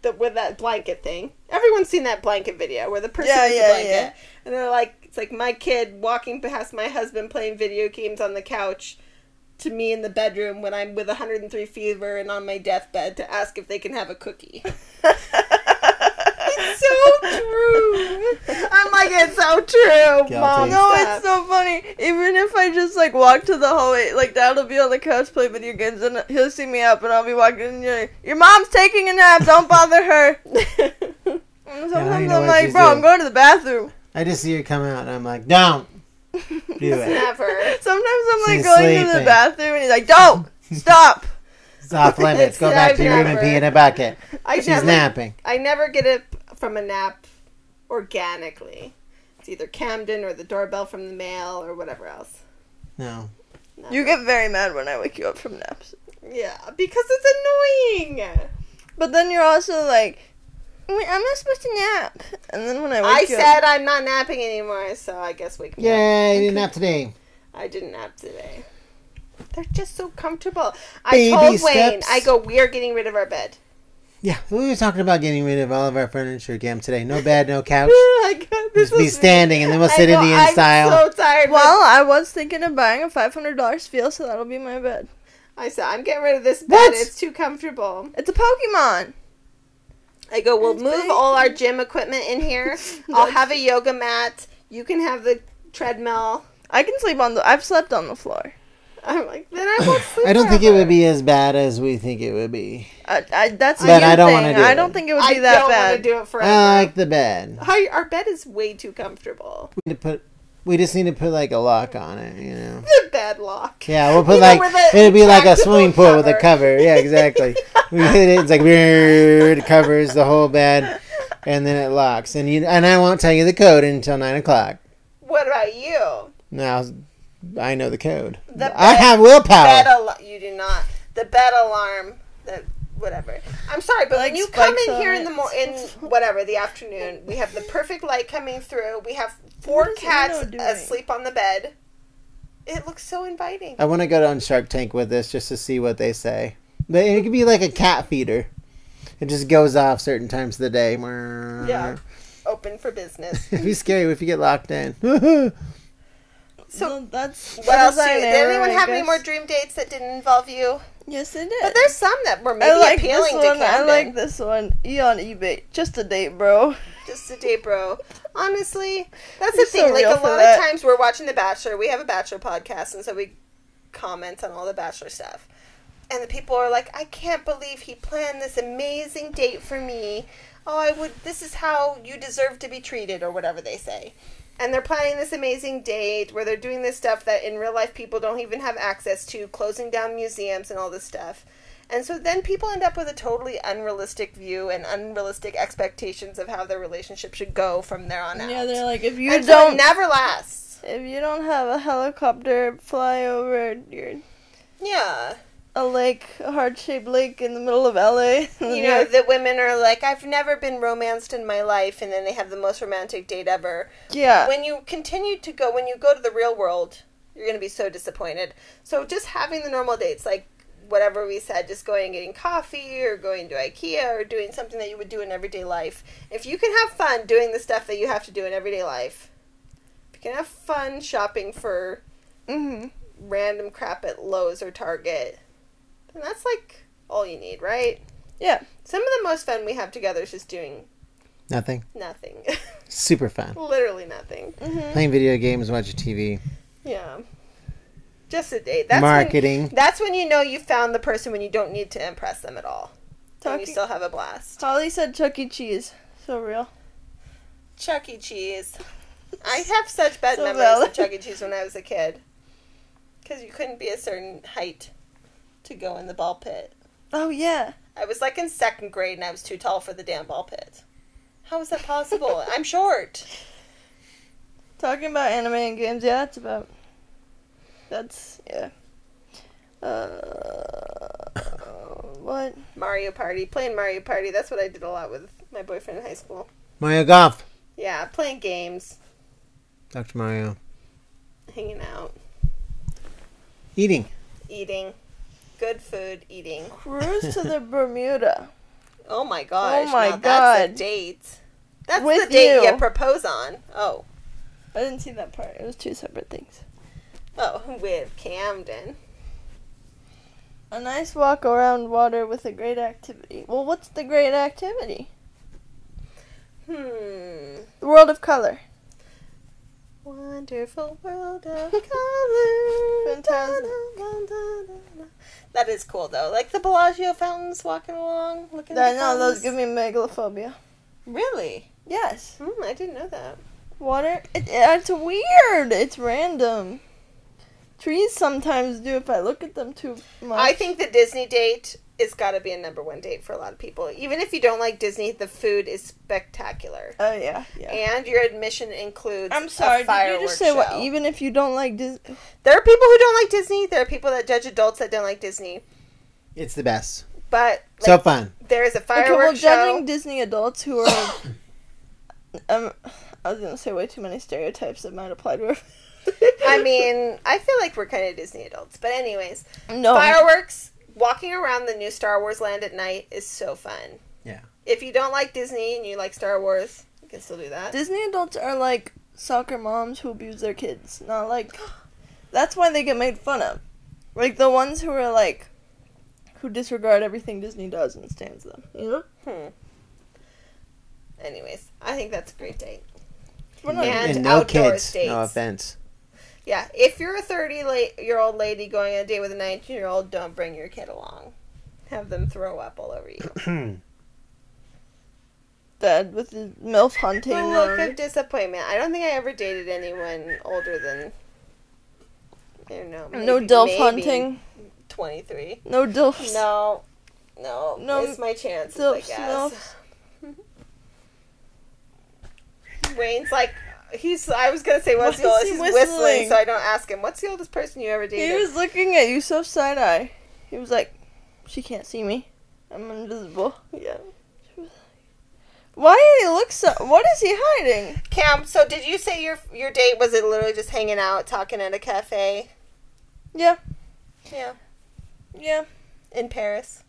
the with that blanket thing. Everyone's seen that blanket video where the person Yeah, is yeah, a blanket, yeah. and they're like, it's like my kid walking past my husband playing video games on the couch. To me in the bedroom when I'm with 103 fever and on my deathbed to ask if they can have a cookie. It's so true. I'm like, it's so true, Guilty. mom. No, stuff. it's so funny. Even if I just like walk to the hallway, like Dad will be on the couch playing video games, and he'll see me up, and I'll be walking, and you're like, "Your mom's taking a nap. Don't bother her." And sometimes know I'm what like, she's "Bro, I'm doing." going to the bathroom." I just see her come out and I'm like, don't do it. Never. Sometimes I'm like She's going to the sleeping. bathroom, and he's like, "Don't stop." It's off limits. Go back to your room and pee in a bucket. I She's never- napping. I never get up from a nap organically. It's either Camden or the doorbell from the mail or whatever else. No. You get very mad when I wake you up from naps, Yeah, because it's annoying. but then you're also like, "Wait, "I'm not supposed to nap," and then when I wake I you said up, I'm not napping anymore, so I guess wake me up. Yay, you didn't nap today. I didn't nap today. They're just so comfortable. I Baby told Wayne, steps. I go, we are getting rid of our bed. Yeah, we were talking about getting rid of all of our furniture again today. No bed, no couch. I go, this Just be is- standing and then we'll I sit go, Indian I'm style. so tired. Well, "Well, I was thinking of buying a $500 feel, so that'll be my bed." I said, I'm getting rid of this bed. What? It's too comfortable. It's a Pokemon. I go, we'll It's move big. all our gym equipment in here. I'll have a yoga mat. You can have the treadmill. I can sleep on the. I've slept on the floor. I'm like, then I won't sleep. I don't think it forever. would be as bad as we think it would be. I, I, that's But a I you don't thing. wanna do I it. don't think it would be I that don't bad. want to do it forever. I like the bed. Hi- our bed is way too comfortable. We need to put. We just need to put like a lock on it, you know. The bed lock. Yeah, we'll put You know, like with a it'd be like a retractable swimming pool with a cover. Yeah, exactly. we hit it. It's like it covers the whole bed, and then it locks. And you and I won't tell you the code until nine o'clock. What about you? Now, I know the code. The I bed- have willpower. Bed al- You do not. The bed alarm. The whatever. I'm sorry, but Like when you come spikes in on here in it. the mor in whatever the afternoon, we have the perfect light coming through. We have four What is cats Uno doing? asleep on the bed. It looks so inviting. I want to go on Shark Tank with this just to see what they say. But it could be like a cat feeder. It just goes off certain times of the day. Yeah. Open for business. It'd be scary if you get locked in. I So- Well, that's What else? Do I you, did anyone have any more dream dates that didn't involve you? Yes, it did. But there's some that were maybe I like this appealing to one. Camden. I like this one. E on eBay. Just a date, bro. Just a date, bro. Honestly, that's You're the thing. so like real a for lot that. of times we're watching The Bachelor. We have a Bachelor podcast, and so we comment on all the Bachelor stuff. And the people are like, "I can't believe he planned this amazing date for me. Oh, I would. This is how you deserve to be treated, or whatever they say." And they're planning this amazing date where they're doing this stuff that in real life people don't even have access to, closing down museums and all this stuff. And so then people end up with a totally unrealistic view and unrealistic expectations of how their relationship should go from there on out. Yeah, they're like if you and so it don't never lasts. if you don't have a helicopter fly over your Yeah. a lake, a heart shaped lake in the middle of LA. You know, that women are like, I've never been romanced in my life, and then they have the most romantic date ever. yeah. when you continue to go when you go to the real world you're going to be so disappointed so just having the normal dates like whatever we said just going and getting coffee or going to ikea or doing something that you would do in everyday life if you can have fun doing the stuff that you have to do in everyday life if you can have fun shopping for hmm random crap at lowes or target then that's like all you need right Yeah. some of the most fun we have together is just doing Nothing. nothing Super fun. literally nothing Mm-hmm. Playing video games, watching TV, Yeah. Just a date. That's marketing. When, that's when you know you found the person when you don't need to impress them at all. And you Talking- still have a blast. Holly said Chuck E. Cheese. So real. Chuck E. Cheese. I have such bad So memories valid. of Chuck E. Cheese when I was a kid. Because you couldn't be a certain height to go in the ball pit. Oh yeah. I was like in second grade and I was too tall for the damn ball pit. How is that possible? I'm short. Talking about anime and games, yeah, that's about. That's yeah. Uh, what? Mario Party. Playing Mario Party. That's what I did a lot with my boyfriend in high school. Mario Golf. Yeah, playing games, Dr. Mario. hanging out. Eating. eating good food eating Cruise to the Bermuda oh my gosh my now that's a God. date that's With the date you. you. propose on oh I didn't see that part. It was two separate things. oh with camden A nice walk around water with a great activity. Well, what's the great activity? hmm The world of color. wonderful world of color Fantastic. that is cool though like the bellagio fountains walking along looking I at the know fountains. those give me megalophobia. really Yes, hmm, i didn't know that water. It, it's weird. It's random. Trees sometimes do if I look at them too much. I think the Disney date is got to be a number one date for a lot of people. Even if you don't like Disney, the food is spectacular, Oh yeah, yeah. and your admission includes. I'm A sorry. Did you fireworks just say what? show. Even if you don't like Disney, There are people who don't like Disney. There are people that judge adults that don't like Disney. It's the best. But like, so fun. there is a okay, well, fireworks judging show. Disney adults who are, um, I was gonna say way too many stereotypes that might apply to her. I mean, I feel like we're kind of Disney adults. But anyways, no. fireworks. Walking around the new Star Wars land at night is so fun. Yeah. If you don't like Disney and you like Star Wars, you can still do that. Disney adults are like soccer moms who abuse their kids. Not like, that's why they get made fun of. Like the ones who are like, who disregard everything Disney does and stands them. You know. Hmm. Anyways, I think that's a great date. We're not- And no outdoor kids. dates. No offense. Yeah, if you're a 30 la- year old lady going on a date with a 19 year old, don't bring your kid along. Have them throw up all over you. Dad with his milf hunting. A look on- of disappointment. I don't think I ever dated anyone older than. I don't know. no maybe- dilf maybe hunting. 23. No dilfs. No. No. No, No. It's my chance, I dilfs, guess. Wayne's like. He's. I was gonna say what's Why the is oldest? he He's whistling? whistling? so I don't ask him. What's the oldest person you ever He dated? was looking at you so side eye. He was like, "She can't see me. I'm invisible." Yeah. She was like, Why did he look so? What is he hiding? Cam, so did you say your your date was it literally just hanging out, talking at a cafe? Yeah. Yeah, Yeah. in Paris.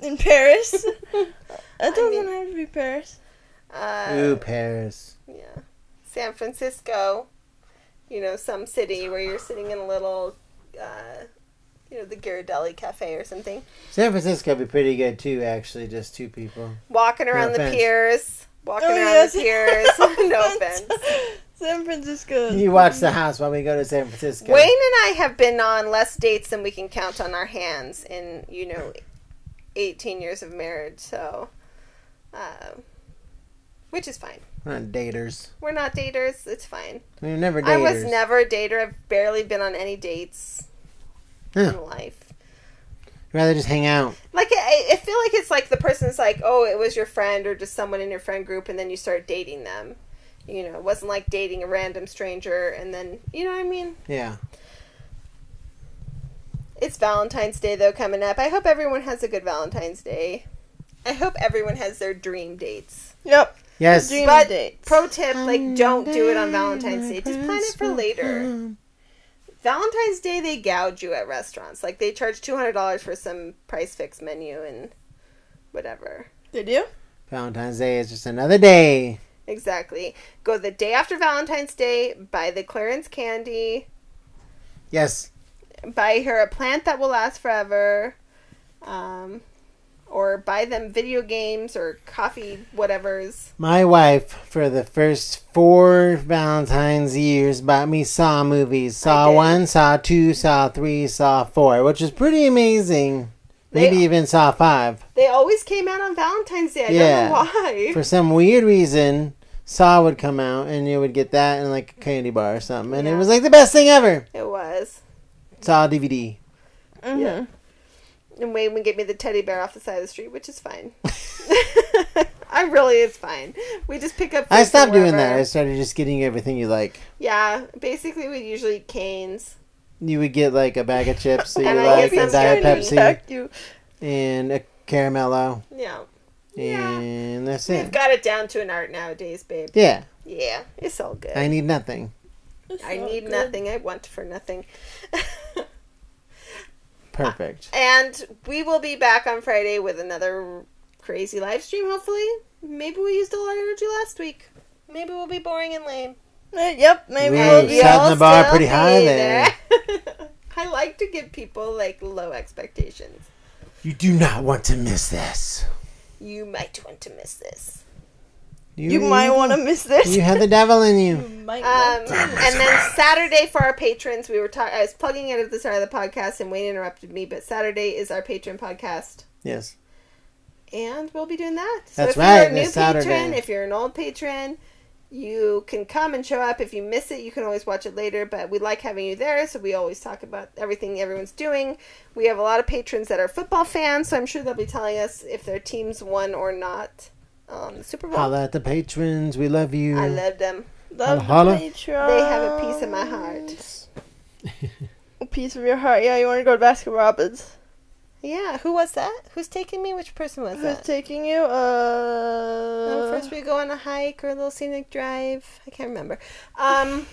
In Paris. it doesn't mean- have to be Paris. Uh, Ooh, Paris. Yeah, San Francisco. You know, some city where you're sitting in a little, uh, you know, the Ghirardelli Cafe or something, San Francisco would be pretty good too, actually, just two people. walking around the offense. piers, walking Oh, around yes. the piers. no offense. San Francisco. You watch the house while we go to San Francisco. Wayne and I have been on less dates than we can count on our hands in, you know, 18 years of marriage, so. Um, which is fine. We're not daters. We're not daters. It's fine. We were never daters. I was never a dater. I've barely been on any dates Huh. in life. rather just hang out. Like, I, I feel like it's like the person's like, oh, it was your friend or just someone in your friend group, and then you start dating them. You know, it wasn't like dating a random stranger, and then, you know what I mean? Yeah. It's Valentine's Day though coming up. I hope everyone has a good Valentine's Day. I hope everyone has their dream dates. Yep. Yes. Dream But- date. Pro tip, like don't do it on Valentine's Day. Just plan it for later. Valentine's Day they gouge you at restaurants. Like they charge two hundred dollars for some price fix menu and whatever. Did you? Valentine's Day is just another day. Exactly. Go the day after Valentine's Day, buy the clearance candy, Yes. buy her a plant that will last forever. Um or buy them video games or coffee whatevers. My wife, for the first four Valentine's years, bought me Saw movies. Saw did. 1, Saw 2, Saw 3, Saw 4, which is pretty amazing. They- Maybe even Saw 5. They always came out on Valentine's Day. I Yeah. don't know why. For some weird reason, Saw would come out and you would get that and like a candy bar or something. And it Yeah. was like the best thing ever. it was. Saw DVD. Mm-hmm. Yeah. And Wayne would get me the teddy bear off the side of the street, which is fine. I really, it's fine. We just pick up. I food from stopped doing that. wherever. I started just getting everything you like. Yeah, basically we usually eat canes. You would get like a bag of chips that And you I like, guess a I'm Diet trying to Pepsi, you. and a caramello, Yeah, Yeah. and that's we've it. got it down to an art nowadays, babe. Yeah, Yeah, it's all good. I need nothing. I need nothing. I want for nothing. Ah. Perfect. and we will be back on Friday with another crazy live stream. Hopefully, maybe we used a lot of energy last week. Maybe we'll be boring and lame. Yep. Maybe Ooh, we'll be setting all the bar still- pretty high Hey there. there. I like to give people like low expectations. You do not want to miss this. You might want to miss this. You might want to miss this. You have the devil in You you. might Um, and then Saturday for our patrons, we were talking. I was plugging it at the start of the podcast, and Wayne interrupted me. But Saturday is our patron podcast, Yes. and we'll be doing that. That's if right, You're a new this Saturday. patron, if you're an old patron, you can come and show up. If you miss it, you can always watch it later. But we like having you there, so we always talk about everything everyone's doing. We have a lot of patrons that are football fans, so I'm sure they'll be telling us if their teams won or not on the Super Bowl. Holla at the patrons. We love you. I love them. Love the Holla. patron. They have a piece of my heart. A piece of your heart. Yeah, you want to go to Baskin Robbins. Yeah, who was that? Who's taking me? Which person was Who's that? taking you? Uh. Um, first we go on a hike or a little scenic drive. I can't remember. Um.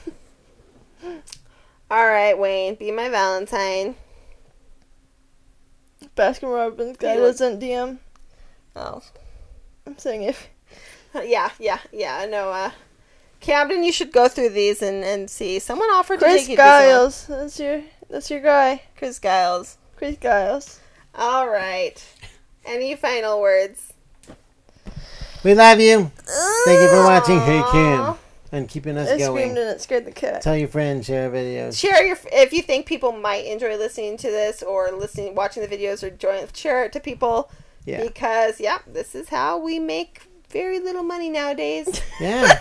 All right, Wayne, be my Valentine. Baskin Robbins guy You- doesn't DM. Oh, I'm saying if. yeah, yeah, yeah. No, uh, Camden, you should go through these and and see. Someone offered to Chris take you to someone- Giles. That's your. That's your guy. Chris Giles. Chris Giles. All right. Any final words? We love you. Thank you for watching Hey Kid and keeping us I screamed going. and it scared the cat. Tell your friends, share our videos. share your if you think people might enjoy listening to this or listening watching the videos or join share it to people Yeah. because yeah this is how we make very little money nowadays Yeah.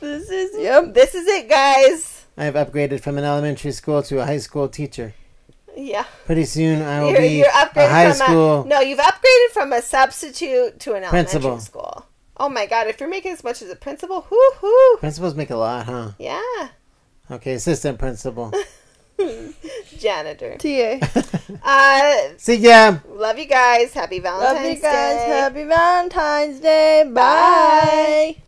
this is yep. this is it guys I have upgraded from an elementary school to a high school teacher. yeah Pretty soon I will you're, be you're a upgraded high from a school. no you've upgraded from a substitute to an elementary Principal. school oh my god if you're making as much as a principal hoo hoo Principals make a lot, huh? yeah Okay, assistant principal. janitor TA. uh See ya. love you guys happy valentine's Love you guys. Day. Happy Valentine's Day. Bye.